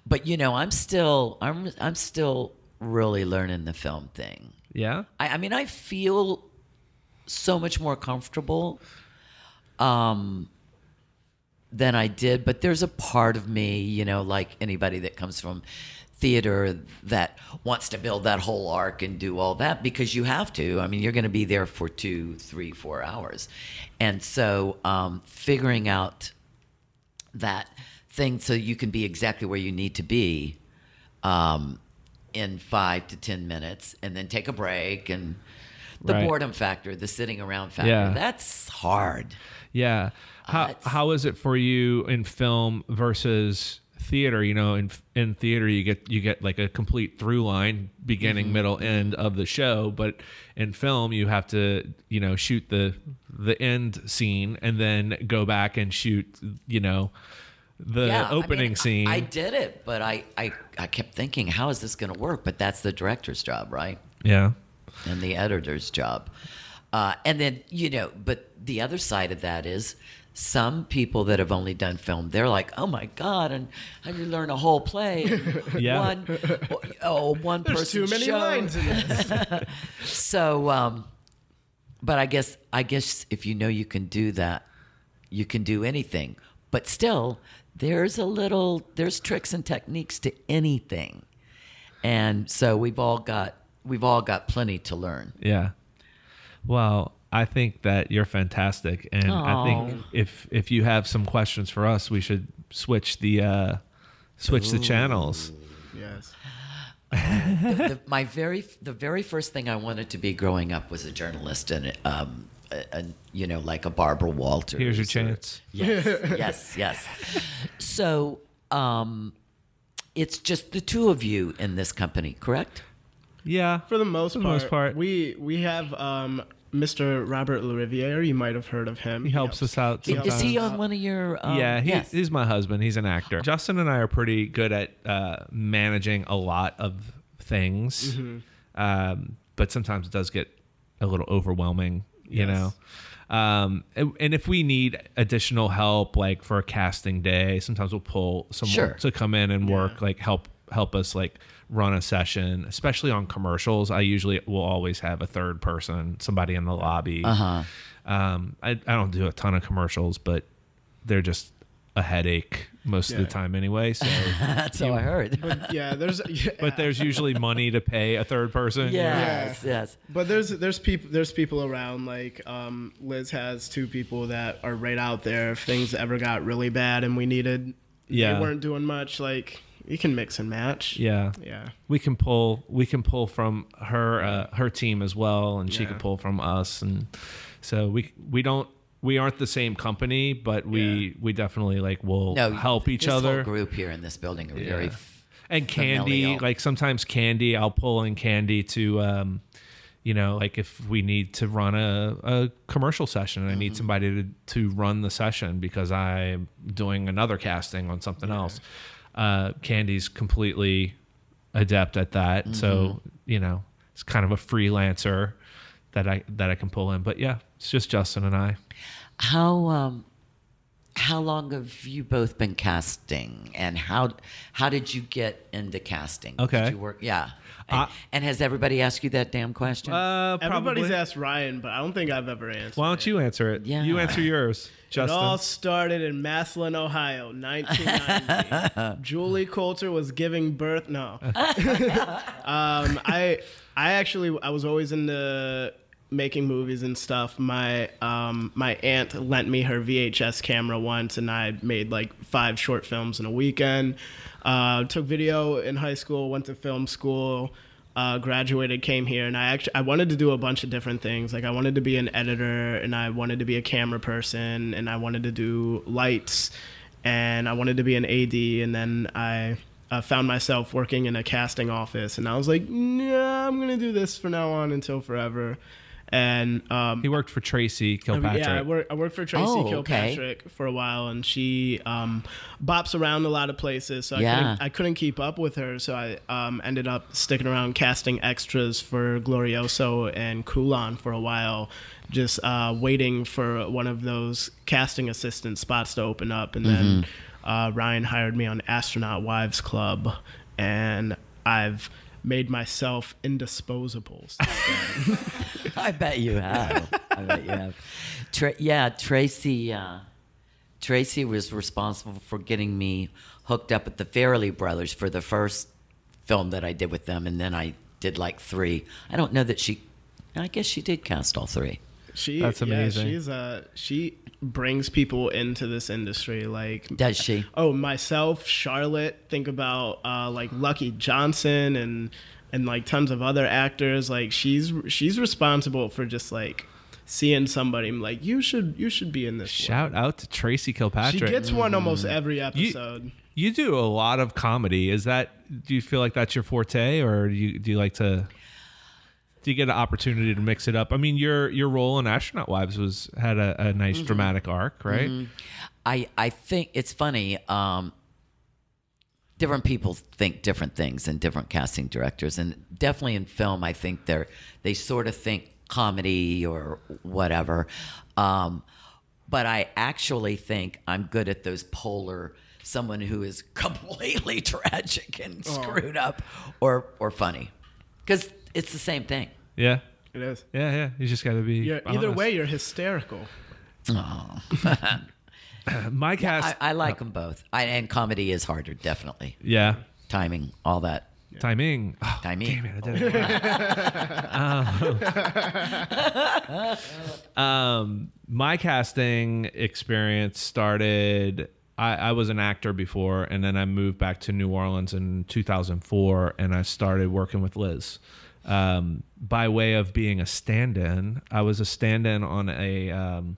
But you know, I'm still I'm I'm still really learning the film thing.
yeah?
I, I mean, I feel so much more comfortable um, than I did, but there's a part of me, you know, like anybody that comes from theater that wants to build that whole arc and do all that because you have to. I mean, you're going to be there for two, three, four hours. And so um, figuring out that thing so you can be exactly where you need to be um, in five to ten minutes and then take a break and the
Right.
boredom factor the sitting around factor
Yeah.
that's hard
Yeah. How
that's-
how is it for you in film versus theater? You know, in in theater you get you get like a complete through line, beginning,
Mm-hmm.
middle, end of the show, but in film you have to, you know, shoot the the end scene and then go back and shoot, you know, the
Yeah, I mean,
opening
I-
scene.
I, did it but I, I i kept thinking how is this going to work but that's the director's job right
yeah.
and the editor's job. Uh, and then, you know, but the other side of that is some people that have only done film, they're like, oh my God, and how do you learn a whole play? in
Yeah.
One, oh, one
There's
person
too many
show.
lines in this.
So, um, but I guess, I guess if you know you can do that, you can do anything. But still, there's a little, there's tricks and techniques to anything. And so we've all got, we've all got plenty to learn.
Yeah. Well, I think that you're fantastic, and I think if if you have some questions for us, we should switch the uh, switch the channels.
Yes.
the, my very the very first thing I wanted to be growing up was a journalist and um a, a, you know like a Barbara Walters.
Here's your
or-
chance.
Yes, yes, yes. So um, it's just the two of you in this company, correct?
Yeah.
For the most part,
most part.
we we have um, Mr. Robert Lariviere. You might have heard of him.
he helps us out.
He helps
Sometimes.
Is he on one of your? Um,
yeah, he,
yes.
he's my husband. He's an actor. Justin and I are pretty good at uh, managing a lot of things,
Mm-hmm.
um, but sometimes it does get a little overwhelming, you
Yes.
know. Um, and, and if we need additional help, like for a casting day, sometimes we'll pull someone
Sure.
to come in and work, like help help us like run a session, especially on commercials. I usually will always have a third person, somebody in the lobby. Uh-huh. Um, I, I don't do a ton of commercials, but they're just a headache most of
Yeah.
the time anyway. So,
That's how I heard.
Yeah, there's yeah.
but there's usually money to pay a third person.
Yes, yes.
But there's there's people there's people around like um, Liz has two people that are right out there if things ever got really bad and we needed
Yeah.
they weren't doing much like you can mix and match
Yeah.
yeah
We can pull we can pull from her uh, her team as well and she
Yeah.
can pull from us and so we we don't we aren't the same company but we
Yeah.
we definitely like will
No,
help each
this whole
other.
group here in this building are very.
Yeah. and candy
familial.
like sometimes candy I'll pull in candy to um you know like if we need to run a, a commercial session I need somebody to to run the session because I'm doing another casting on something else uh candy's completely adept at that so you know it's kind of a freelancer that I that I can pull in but yeah it's just Justin and I
How um, how long have you both been casting, and how how did you get into casting?
Okay.
did you work? Yeah, and, and has everybody asked you that damn question?
uh
everybody's asked Ryan but I don't think I've ever answered
why don't you answer it
Yeah.
you answer yours
It
Justin
all started in Maslin, Ohio, 1990. Julie Coulter was giving birth. No, um, I I actually I was always into making movies and stuff. My um, my aunt lent me her VHS camera once, and I made like five short films in a weekend. Uh, took video in high school, went to film school uh, graduated, came here, and I actually I wanted to do a bunch of different things. Like I wanted to be an editor, and I wanted to be a camera person, and I wanted to do lights, and I wanted to be an AD. And then I uh, found myself working in a casting office, and I was like, Nah, I'm gonna do this from now on until forever. and um,
He worked for Tracy Kilpatrick.
yeah, I work I work for Tracy
Oh, okay.
Kilpatrick for a while, and she um, bops around a lot of places. So
Yeah.
I, couldn't, I couldn't keep up with her, so I um, ended up sticking around casting extras for Glorioso and Kulan for a while, just uh, waiting for one of those casting assistant spots to open up, and then
Mm-hmm.
uh, Ryan hired me on Astronaut Wives Club, and I've made myself indisposable.
I bet you have. I bet you have. Tra- yeah, Tracy. Uh, Tracy was responsible for getting me hooked up with the Farrelly brothers for the first film that I did with them, and then I did like three. I don't know that she. I guess she did cast all three.
She
That's amazing.
Yeah, she's uh she brings people into this industry like
Does she?
oh myself, Charlotte, think about uh like Lucky Johnson and and like tons of other actors like she's she's responsible for just like seeing somebody and, like you should you should be in this. one."
Shout out to Tracy
She
Kilpatrick.
gets one almost every
Mm-hmm. you,
episode.
you do a lot of comedy. Is that do you feel like that's your forte or do you do you like to do you get an opportunity to mix it up? I mean, your your role in Astronaut Wives was had a, a
Mm-hmm.
nice dramatic arc, right?
I I think it's funny. Um, different people think different things, and different casting directors, and definitely in film, I think they're they sort of think comedy or whatever. Um, but I actually think I'm good at those polar. Someone who is completely tragic and
Oh.
screwed up, or or funny, because it's the same thing.
Yeah.
It is.
Yeah, yeah. You just got to be
You're, either
honest.
way, you're hysterical.
My cast
I, I like them both, I, and comedy is harder, definitely.
yeah.
Timing, all that.
Timing. Oh,
Timing.
Damn it, I did it. Um, um, my casting experience started. I, I was an actor before, and then I moved back to New Orleans in 2004, and I started working with Liz. Um, by way of being a stand-in, I was a stand-in on a um,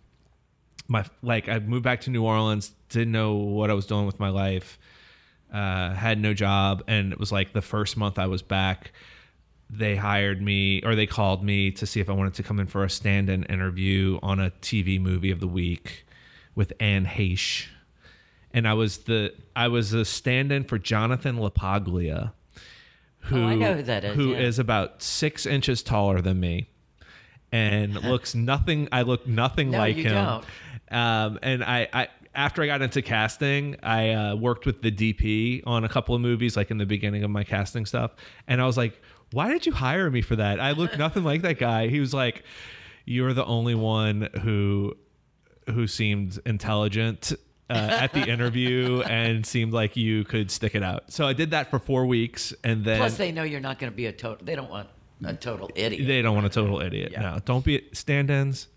my like I moved back to New Orleans, didn't know what I was doing with my life, uh, had no job, and it was like the first month I was back, they hired me or they called me to see if I wanted to come in for a stand-in interview on a TV movie of the week with Anne Heche. And I was the I was a stand-in for Jonathan LaPaglia, who
Oh, I know who that is,
who
yeah.
is about six inches taller than me and looks nothing I look nothing
No,
like
you
him.
don't.
Um, and I, I after I got into casting, I uh, worked with the DP on a couple of movies, like in the beginning of my casting stuff. And I was like, "Why did you hire me for that? I look nothing like that guy." He was like, "You're the only one who who seemed intelligent." Uh, at the interview, and seemed like you could stick it out. So I did that for four weeks, and then
Plus, they know you're not going to be a total. They don't want a total idiot.
they don't want a total idiot. No, don't be stand-ins.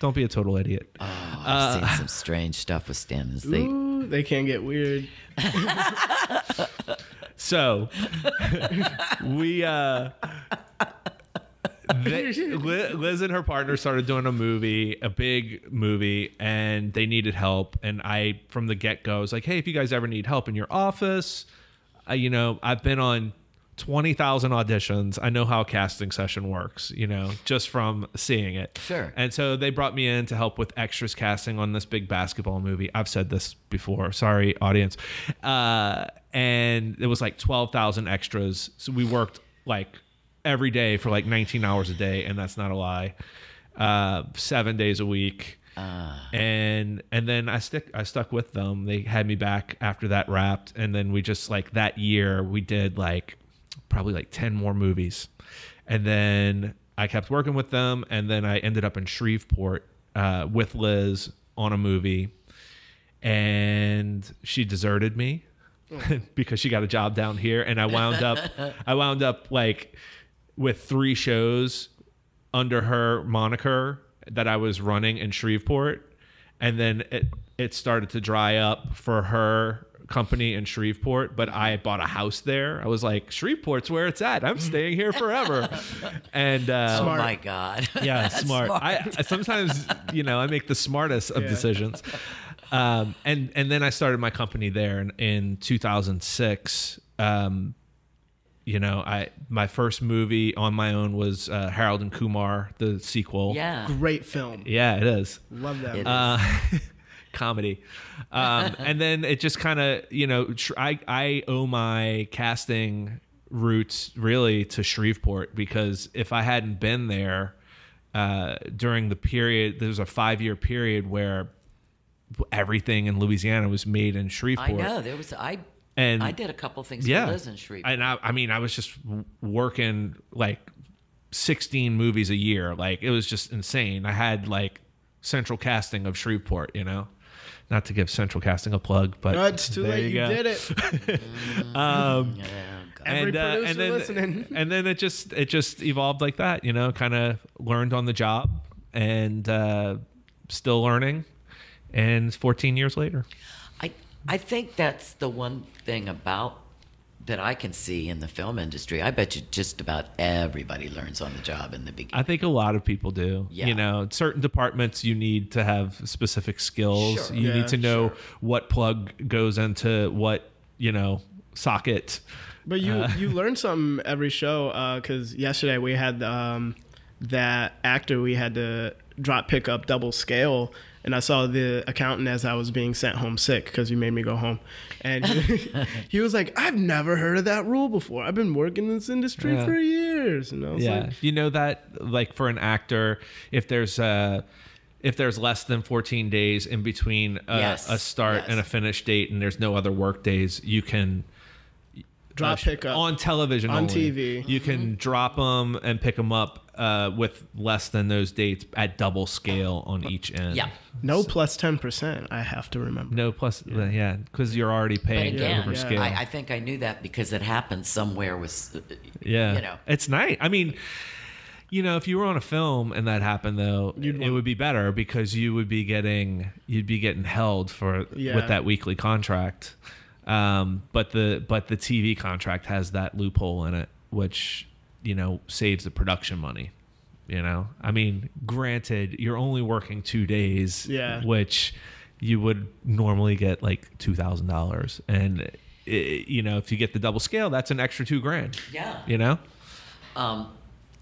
Don't be a total idiot.
Oh,
uh,
I've seen some strange stuff with Stan's. They,
Ooh, they can get weird.
So we uh they, Li- Liz and her partner started doing a movie, a big movie, and they needed help. And I, from the get go, was like, "Hey, if you guys ever need help in your office, uh, you know, I've been on twenty thousand auditions. I know how a casting session works. You know, just from seeing it.
Sure.
And so they brought me in to help with extras casting on this big basketball movie. I've said this before. Sorry, audience. Uh, and it was like twelve thousand extras. So we worked like every day for like 19 hours a day, and that's not a lie. Uh, seven days a week, and and then I stick I stuck with them. They had me back after that wrapped, and then we just like that year we did like probably like 10 more movies, and then I kept working with them, and then I ended up in Shreveport uh, with Liz on a movie and she deserted me because she got a job down here and I wound up I wound up like with three shows under her moniker that I was running in Shreveport and then it it started to dry up for her company in Shreveport but I bought a house there I was like Shreveport's where it's at I'm staying here forever and uh
oh
Smart.
my god.
yeah, smart. I, I sometimes, you know, I make the smartest of
Yeah.
decisions. Um, and and then I started my company there in, in 2006. Um, you know, I my first movie on my own was uh, Harold and Kumar, the sequel.
Yeah.
Great film.
yeah, it is
Love that. movie.
It
uh, comedy. Um, and then it just kind of, you know, tr- I, I owe my casting roots really to Shreveport because if I hadn't been there uh, during the period, there was a five year period where everything in Louisiana was made in Shreveport.
I know there was I
And-
I did a couple things
Yeah.
for Liz and Shreve.
And I, I mean, I was just w- working like 16 movies a year. Like it was just insane. I had like central casting of Shreveport, you know, not to give central casting a plug, but
No, it's too
there
late. You,
go.
did it.
Yeah, Oh, God.
Every
And, uh,
producer
and then,
listening.
and then it just, it just evolved like that, you know, kind of learned on the job and, uh, still learning. And 14 years later.
I I think that's the one thing about that I can see in the film industry. I bet you just about everybody learns on the job in the beginning.
I think a lot of people do.
Yeah.
You know, certain departments you need to have specific skills.
Sure.
You
Yeah,
need to know
sure.
what plug goes into what, you know, socket.
But you
Uh.
you learn something every show because yesterday we had um, that actor we had to drop pick up double scale. And I saw the accountant as I was being sent home sick because you made me go home. And he, he was like, I've never heard of that rule before. I've been working in this industry
Yeah.
for years. And I was
yeah.
like,
you know that like for an actor, if there's uh if there's less than 14 days in between a,
Yes.
a start
Yes.
and a finish date and there's no other work days, you can
drop
uh,
pick up.
on television
On
only.
TV.
You
Mm-hmm.
can drop them and pick them up uh, with less than those dates at double scale on each end.
Yeah.
no plus 10%, I have to remember.
No, plus yeah, because you're already
But
paying
again,
over
yeah.
scale.
I, I think I knew that because it happened somewhere uh, was,
yeah,
you know,
it's nice. I mean, you know, if you were on a film and that happened, though, it would be better because you would be getting you'd be getting held for
Yeah.
with that weekly contract. Um, but the but the TV contract has that loophole in it, which you know saves the production money. You know, I mean, granted, you're only working two days,
Yeah.
which you would normally get like two thousand dollars, and it, you know, if you get the double scale, that's an extra two grand.
Yeah.
you know,
Um,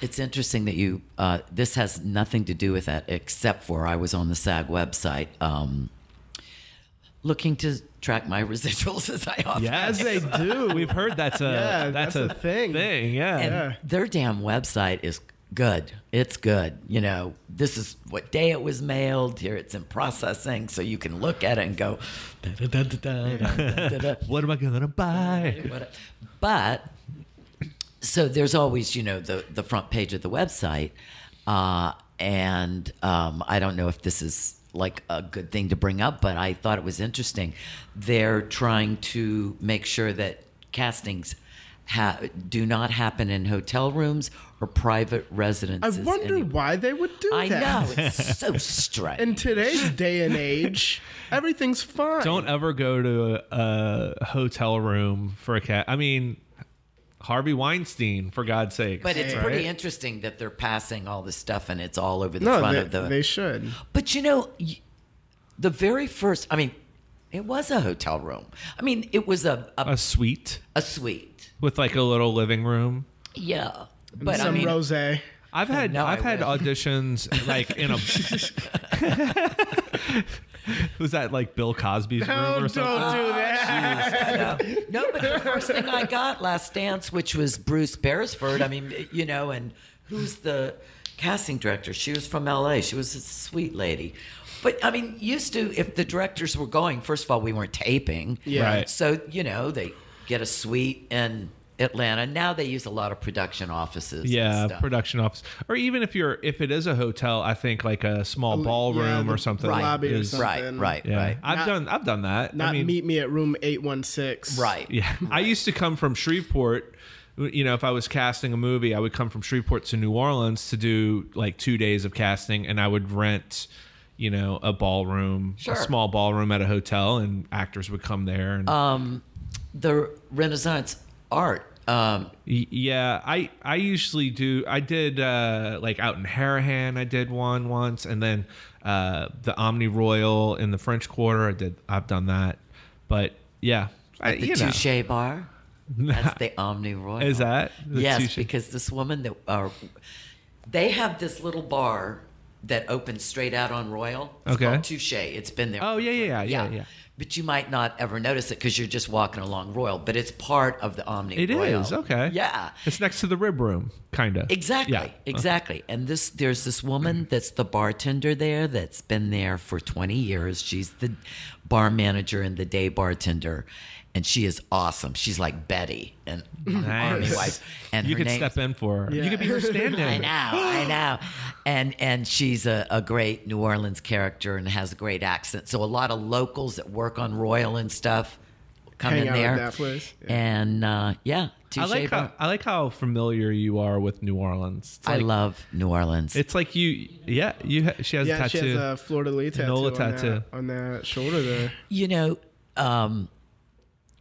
it's interesting that you. Uh, this has nothing to do with that, except for I was on the SAG website um, looking to track my residuals as I often.
As
yes,
they do.
We've heard that's a
Yeah,
that's, a, thing. yeah.
And
Yeah.
their damn website is good. It's good. You know, this is what day it was mailed. Here it's in processing, so you can look at it and go. "Da, da, da, da, da, da, da, da."
What am I gonna buy?
What- but so there's always you know the the front page of the website uh, and um, i don't know if this is like a good thing to bring up but i thought it was interesting they're trying to make sure that castings ha- do not happen in hotel rooms or private
I
residences
wonder
any-
why they would do
i
that.
know it's so strange
In today's day and age, everything's fine.
Don't ever go to a, a hotel room for a cat. I mean, Harvey Weinstein, for God's sake.
but it's pretty interesting that they're passing all this stuff and it's all over the
no,
front
they,
of the
they should.
But you know, y- the very first, I mean, it was a hotel room. I mean, it was a, a,
a suite
a suite.
with like a little living room.
Yeah. But I
Some
mean,
rosé.
I've had
Oh, No, I
I've had
wish.
auditions like in a. Was that like Bill Cosby's
Oh,
room or
don't do
something? Ah,
that.
uh, no, but the first thing I got last dance, which was Bruce Beresford. I mean, you know, and who's the casting director? She was from LA. She was a sweet lady. But I mean, used to, if the directors were going, first of all, we weren't taping.
Yeah.
Right.
So, you know, they get a suite in Atlanta. Now they use a lot of production offices. and
Yeah,
stuff.
production office, or even if you're if it is a hotel, I think like a small ballroom
the
or something.
Right.
lobby or
is-
something.
Right, right,
Yeah,
right.
I've
Not-
done I've done that.
Not
I mean,
meet me at room 816.
Right.
Yeah, I used to come from Shreveport. You know, if I was casting a movie, I would come from Shreveport to New Orleans to do like two days of casting, and I would rent, you know, a ballroom,
Sure.
a small ballroom at a hotel, and actors would come there. And
Um, The Renaissance art. Um,
Y- yeah, I I usually do. I did uh, like out in Harahan, I did one once, and then uh, the Omni Royal in the French Quarter. I did. I've done that, but yeah, I,
the
you know.
Touche bar. That's the Omni Royal.
Is that the
yes,
t-shirt?
because this woman that are, they have this little bar that opens straight out on Royal. It's
Okay.
called Touche. It's been there.
Oh,
for
yeah, yeah, yeah, yeah, yeah.
But you might not ever notice it because you're just walking along Royal. But it's part of the Omni.
It is
Royal.
okay.
Yeah.
it's next to the rib room, kind of.
Exactly.
Yeah. Uh-huh. Mm-hmm.
Exactly. And this there's this woman that's the bartender there that's been there for 20 years. She's the bar manager and the day bartender. And she is awesome. She's like Betty and Army wife. And
you
her
could
name-
step in for her.
Yeah.
You could be her stand-in.
I know, I know. And and she's a, a great New Orleans character and has a great accent. So a lot of locals that work on Royal and stuff come
Hang
in
out at
there.
that place. Yeah.
And uh, yeah,
I
Touche
like how
Bar.
I like how familiar you are with New Orleans. It's
I
like,
love New Orleans.
It's like you, yeah. You ha- she has a
Yeah,
tattoo.
she has a Florida Lee tattoo,
Nola
on, that-
tattoo.
on that shoulder there.
You know, um,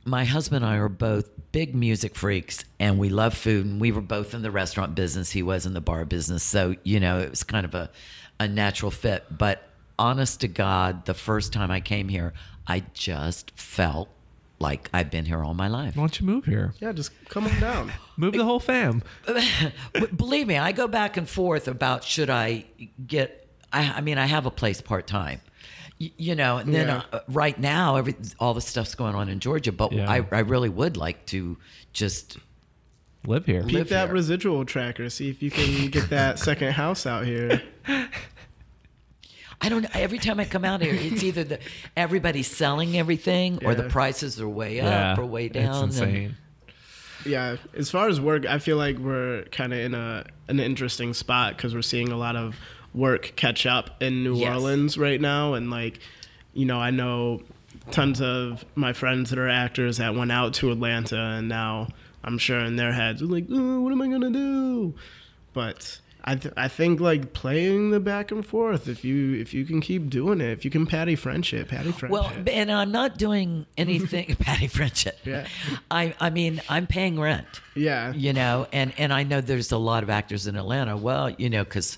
my husband and I are both big music freaks and we love food and we were both in the restaurant business. He was in the bar business. So, you know, it was kind of a, a natural fit. But honest to God, the first time I came here, I just felt like I've been here all my life.
Why don't you move here?
Yeah, just come on down.
Move the whole fam.
But believe me, I go back and forth about should I get. I, I mean, I have a place part time, you, know. And then
Yeah.
uh, right now, every all the stuff's going on in Georgia, but
Yeah.
I, I really would like to just
Live here.
Live
Keep that
here.
residual tracker. See if you can get that second house out here.
I don't know. Every time I come out here, it's either the everybody's selling everything or the
Yeah.
prices are way up or way down.
It's
and-
insane.
Yeah, as far as work, I feel like we're kind of in a an interesting spot because we're seeing a lot of work catch up in New
Yes.
Orleans right now, and like, you know, I know tons of my friends that are actors that went out to Atlanta, and now I'm sure in their heads like, "Ooh, what am I gonna do? But I th- I think like playing the back and forth. If you if you can keep doing it, if you can patty friendship, patty friendship.
Well, and I'm not doing anything, Patty Friendship.
Yeah.
I, I mean, I'm paying rent.
yeah,
you know and and i know there's a lot of actors in atlanta well you know because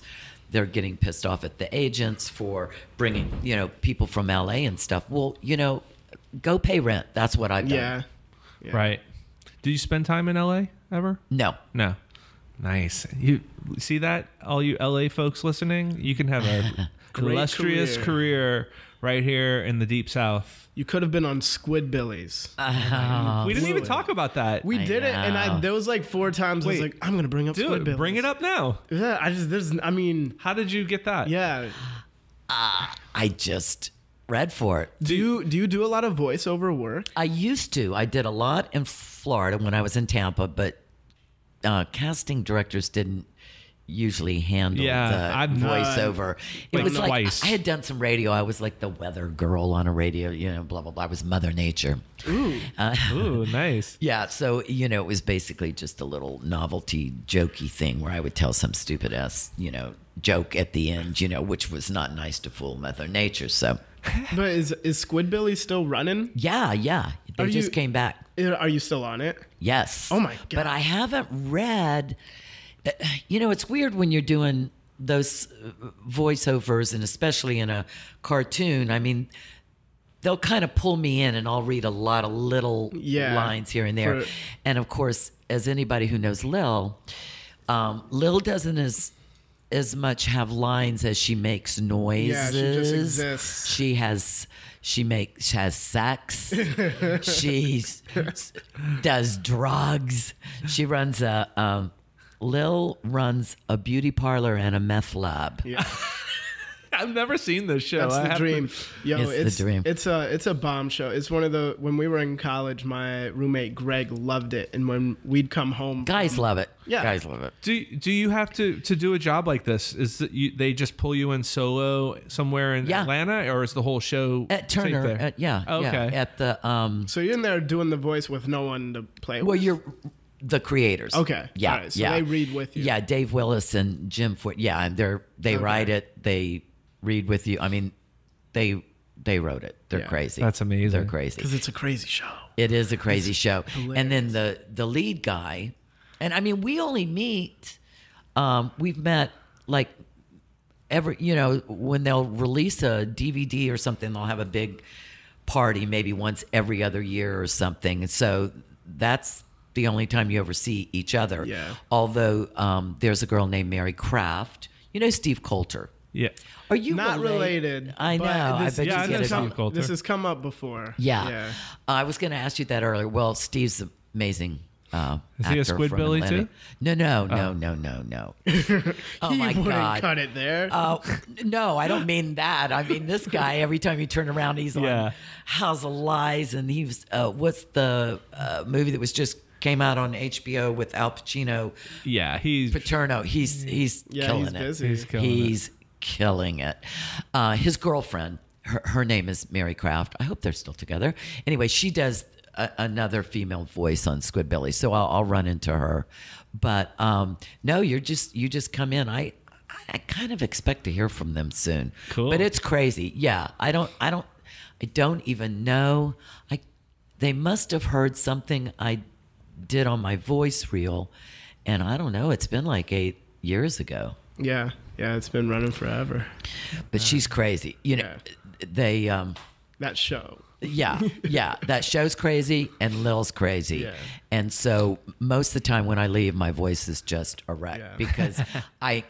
they're getting pissed off at the agents for bringing you know people from la and stuff well you know go pay rent that's what i've done
yeah. Yeah.
Right. Did you spend time in LA ever?
no
No. Nice. You see that? All you LA folks listening, you can have a
Great
illustrious career.
career.
right here in the deep south.
You could have been on Squidbillies.
we didn't even talk about that.
We
I
did it, and I
know.
there was like four times I was
Wait.
like, I'm gonna bring up
do it.
Squidbillies.
Bring it up now.
Yeah, I just there's I mean,
How did you get that?
yeah.
i just read for it
Do you do you do a lot of voiceover work?
i used to i did a lot in florida when i was in tampa but uh, casting directors didn't usually handle
Yeah,
the
I've-
voiceover. It
like
was like
twice.
I had done some radio. I was like the weather girl on a radio, you know, blah blah blah. I was Mother Nature.
Ooh, nice.
Yeah, so you know, it was basically just a little novelty, jokey thing where I would tell some stupid ass, you know, joke at the end, you know, which was not nice to fool Mother Nature. So
But is is Squidbillies still running?
yeah, yeah, they
Are
just
you-
came back.
Eh, Are you still on it?
Yes.
Oh, my
But
God.
I haven't read. You know, it's weird when you're doing those uh, voiceovers, and especially in a cartoon. I mean. They'll kind of pull me in, and I'll read a lot of little
Yeah.
lines here and there.
For-
And of course, as anybody who knows Lil, um, Lil doesn't as as much have lines as she makes noises.
just exists.
She has she makes she has sex. she s- does drugs. She runs a um, Lil runs a beauty parlor and a meth lab.
Yeah.
I've never seen this show.
That's
I
the
have
dream.
to-
Yo,
It's
it's,
the dream.
It's a it's a bomb show. It's one of the when we were in college, my roommate Greg loved it, and when we'd come home,
Guys love it.
Yeah.
guys love it.
do do you have to to do a job like this? Is that you, they just pull you in solo somewhere in
Yeah.
Atlanta, or is the whole show
At
taped
Turner,
there?
at- yeah,
Okay.
yeah, at the um,
so you're in there doing the voice with no one to play.
Well,
with.
you're the creators.
Okay.
Yeah.
All right. So
yeah.
they read with you.
Yeah. Dave Willis and Jim Ford. Yeah. And they're, they write it. They read with you. I mean, they, they wrote it. They're
Yeah.
crazy.
That's amazing.
They're crazy.
because it's a crazy show.
It is a crazy show. And then the the lead guy, and I mean, we only meet. Um, we've met like every you know when they'll release a DVD or something, they'll have a big party maybe once every other year or something. And so that's the only time you ever see each other.
Yeah.
Although um, there's a girl named Mary Kraft. You know Steve Coulter.
Yeah.
Are you
Not
relate-
related.
I know.
but
I
this-
bet
Yeah, I
you
know
get it.
some-
wrong.
Steve Coulter.
This has come up before.
Yeah. Uh,
yeah.
I was going to ask you that earlier. Well, Steve's amazing. Uh,
Is he a
actor from
Squidbilly, too? Oh.
Atlanta. No, no, no, no, no, no. oh
he
my
wouldn't
god.
cut it there.
Uh, no, I don't mean that. I mean this guy. Every time you turn around, he's
Yeah.
on House of Lies, and he was. Uh, what's the uh, movie that was just came out on HBO with Al Pacino,
Yeah. He's
Paterno? He's he's
yeah,
killing
he's
it.
busy.
He's killing it.
he's killing it. Uh, his girlfriend, her, her name is Mary Craft. I hope they're still together. Anyway, she does a, another female voice on Squidbillies, so I'll, I'll run into her. But um, no, you're just you just come in. I I kind of expect to hear from them soon.
Cool.
but it's crazy. Yeah, I don't I don't I don't even know. I they must have heard something I did on my voice reel, and I don't know. It's been like eight years ago
yeah, yeah, it's been running forever.
but she's
Uh-huh.
crazy. You know, they, um,
That show.
yeah, yeah, that show's crazy and Lil's crazy.
Yeah.
And so most of the time when I leave, my voice is just a wreck
Yeah.
because I,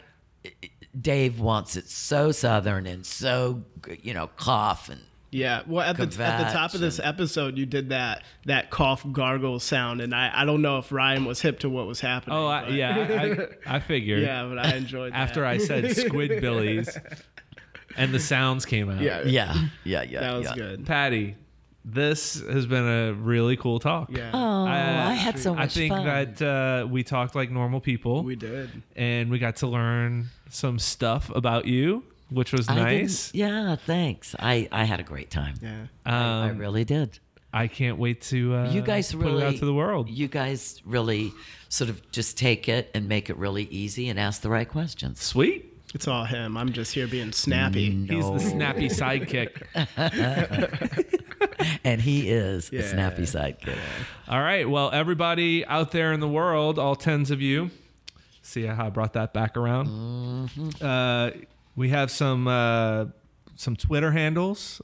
Dave wants it so southern and so, you know, cough and
Yeah, well, at the, at the top of this episode, you did that that cough gargle sound, and I, I don't know if Ryan was hip to what was happening.
Oh, I,
but-
yeah. I, I figured.
yeah, but I enjoyed that.
After I said Squidbillies, and the sounds came out.
yeah,
yeah, yeah, yeah.
that was
yeah.
good.
Patty, this has been a really cool talk.
Yeah,
Oh,
I-
I,
uh,
had so much
I think
fun.
that uh, we talked like normal people.
we did.
and we got to learn some stuff about you, which was
I didn't-
nice.
Yeah, thanks. I, I had a great time.
Yeah, Um,
I really did.
Um, I can't wait to uh,
you guys really
put it out to the world.
You guys really sort of just take it and make it really easy and ask the right questions.
Sweet.
it's all him. I'm just here being snappy.
He's
Oh.
the snappy sidekick.
and he is a
Yeah.
snappy sidekick.
All right. Well, everybody out there in the world, all tens of you, see how I brought that back around.
Mm-hmm.
Uh, we have some uh, some Twitter handles.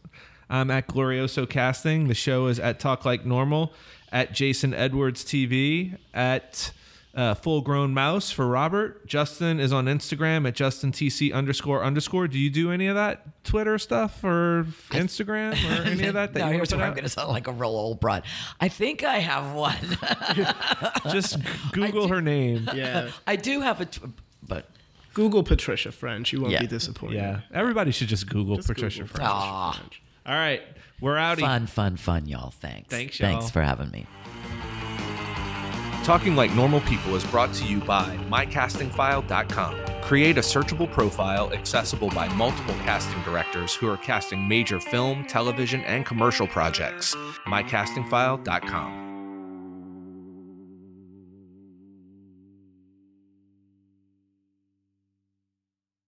I'm at Glorioso Casting. The show is at Talk Like Normal, at Jason Edwards TV, at uh, Full Grown Mouse for Robert. Justin is on Instagram at JustinTC underscore underscore. Do you do any of that Twitter stuff or Instagram or any of that? that you
now
wanna
here's
put
where I'm
out?
going to sound like a real old broad. I think I have one.
Just Google her name.
Yeah,
I do have a, t- but
Google Patricia French. You won't
Yeah.
be disappointed.
Yeah, everybody should just Google
Just
Patricia
Google
French.
Aw.
French.
All right, we're out.
fun, fun, fun, y'all. Thanks.
Thanks, y'all.
Thanks for having me.
Talking Like Normal People is brought to you by MyCastingFile.com. Create a searchable profile accessible by multiple casting directors who are casting major film, television, and commercial projects. MyCastingFile.com.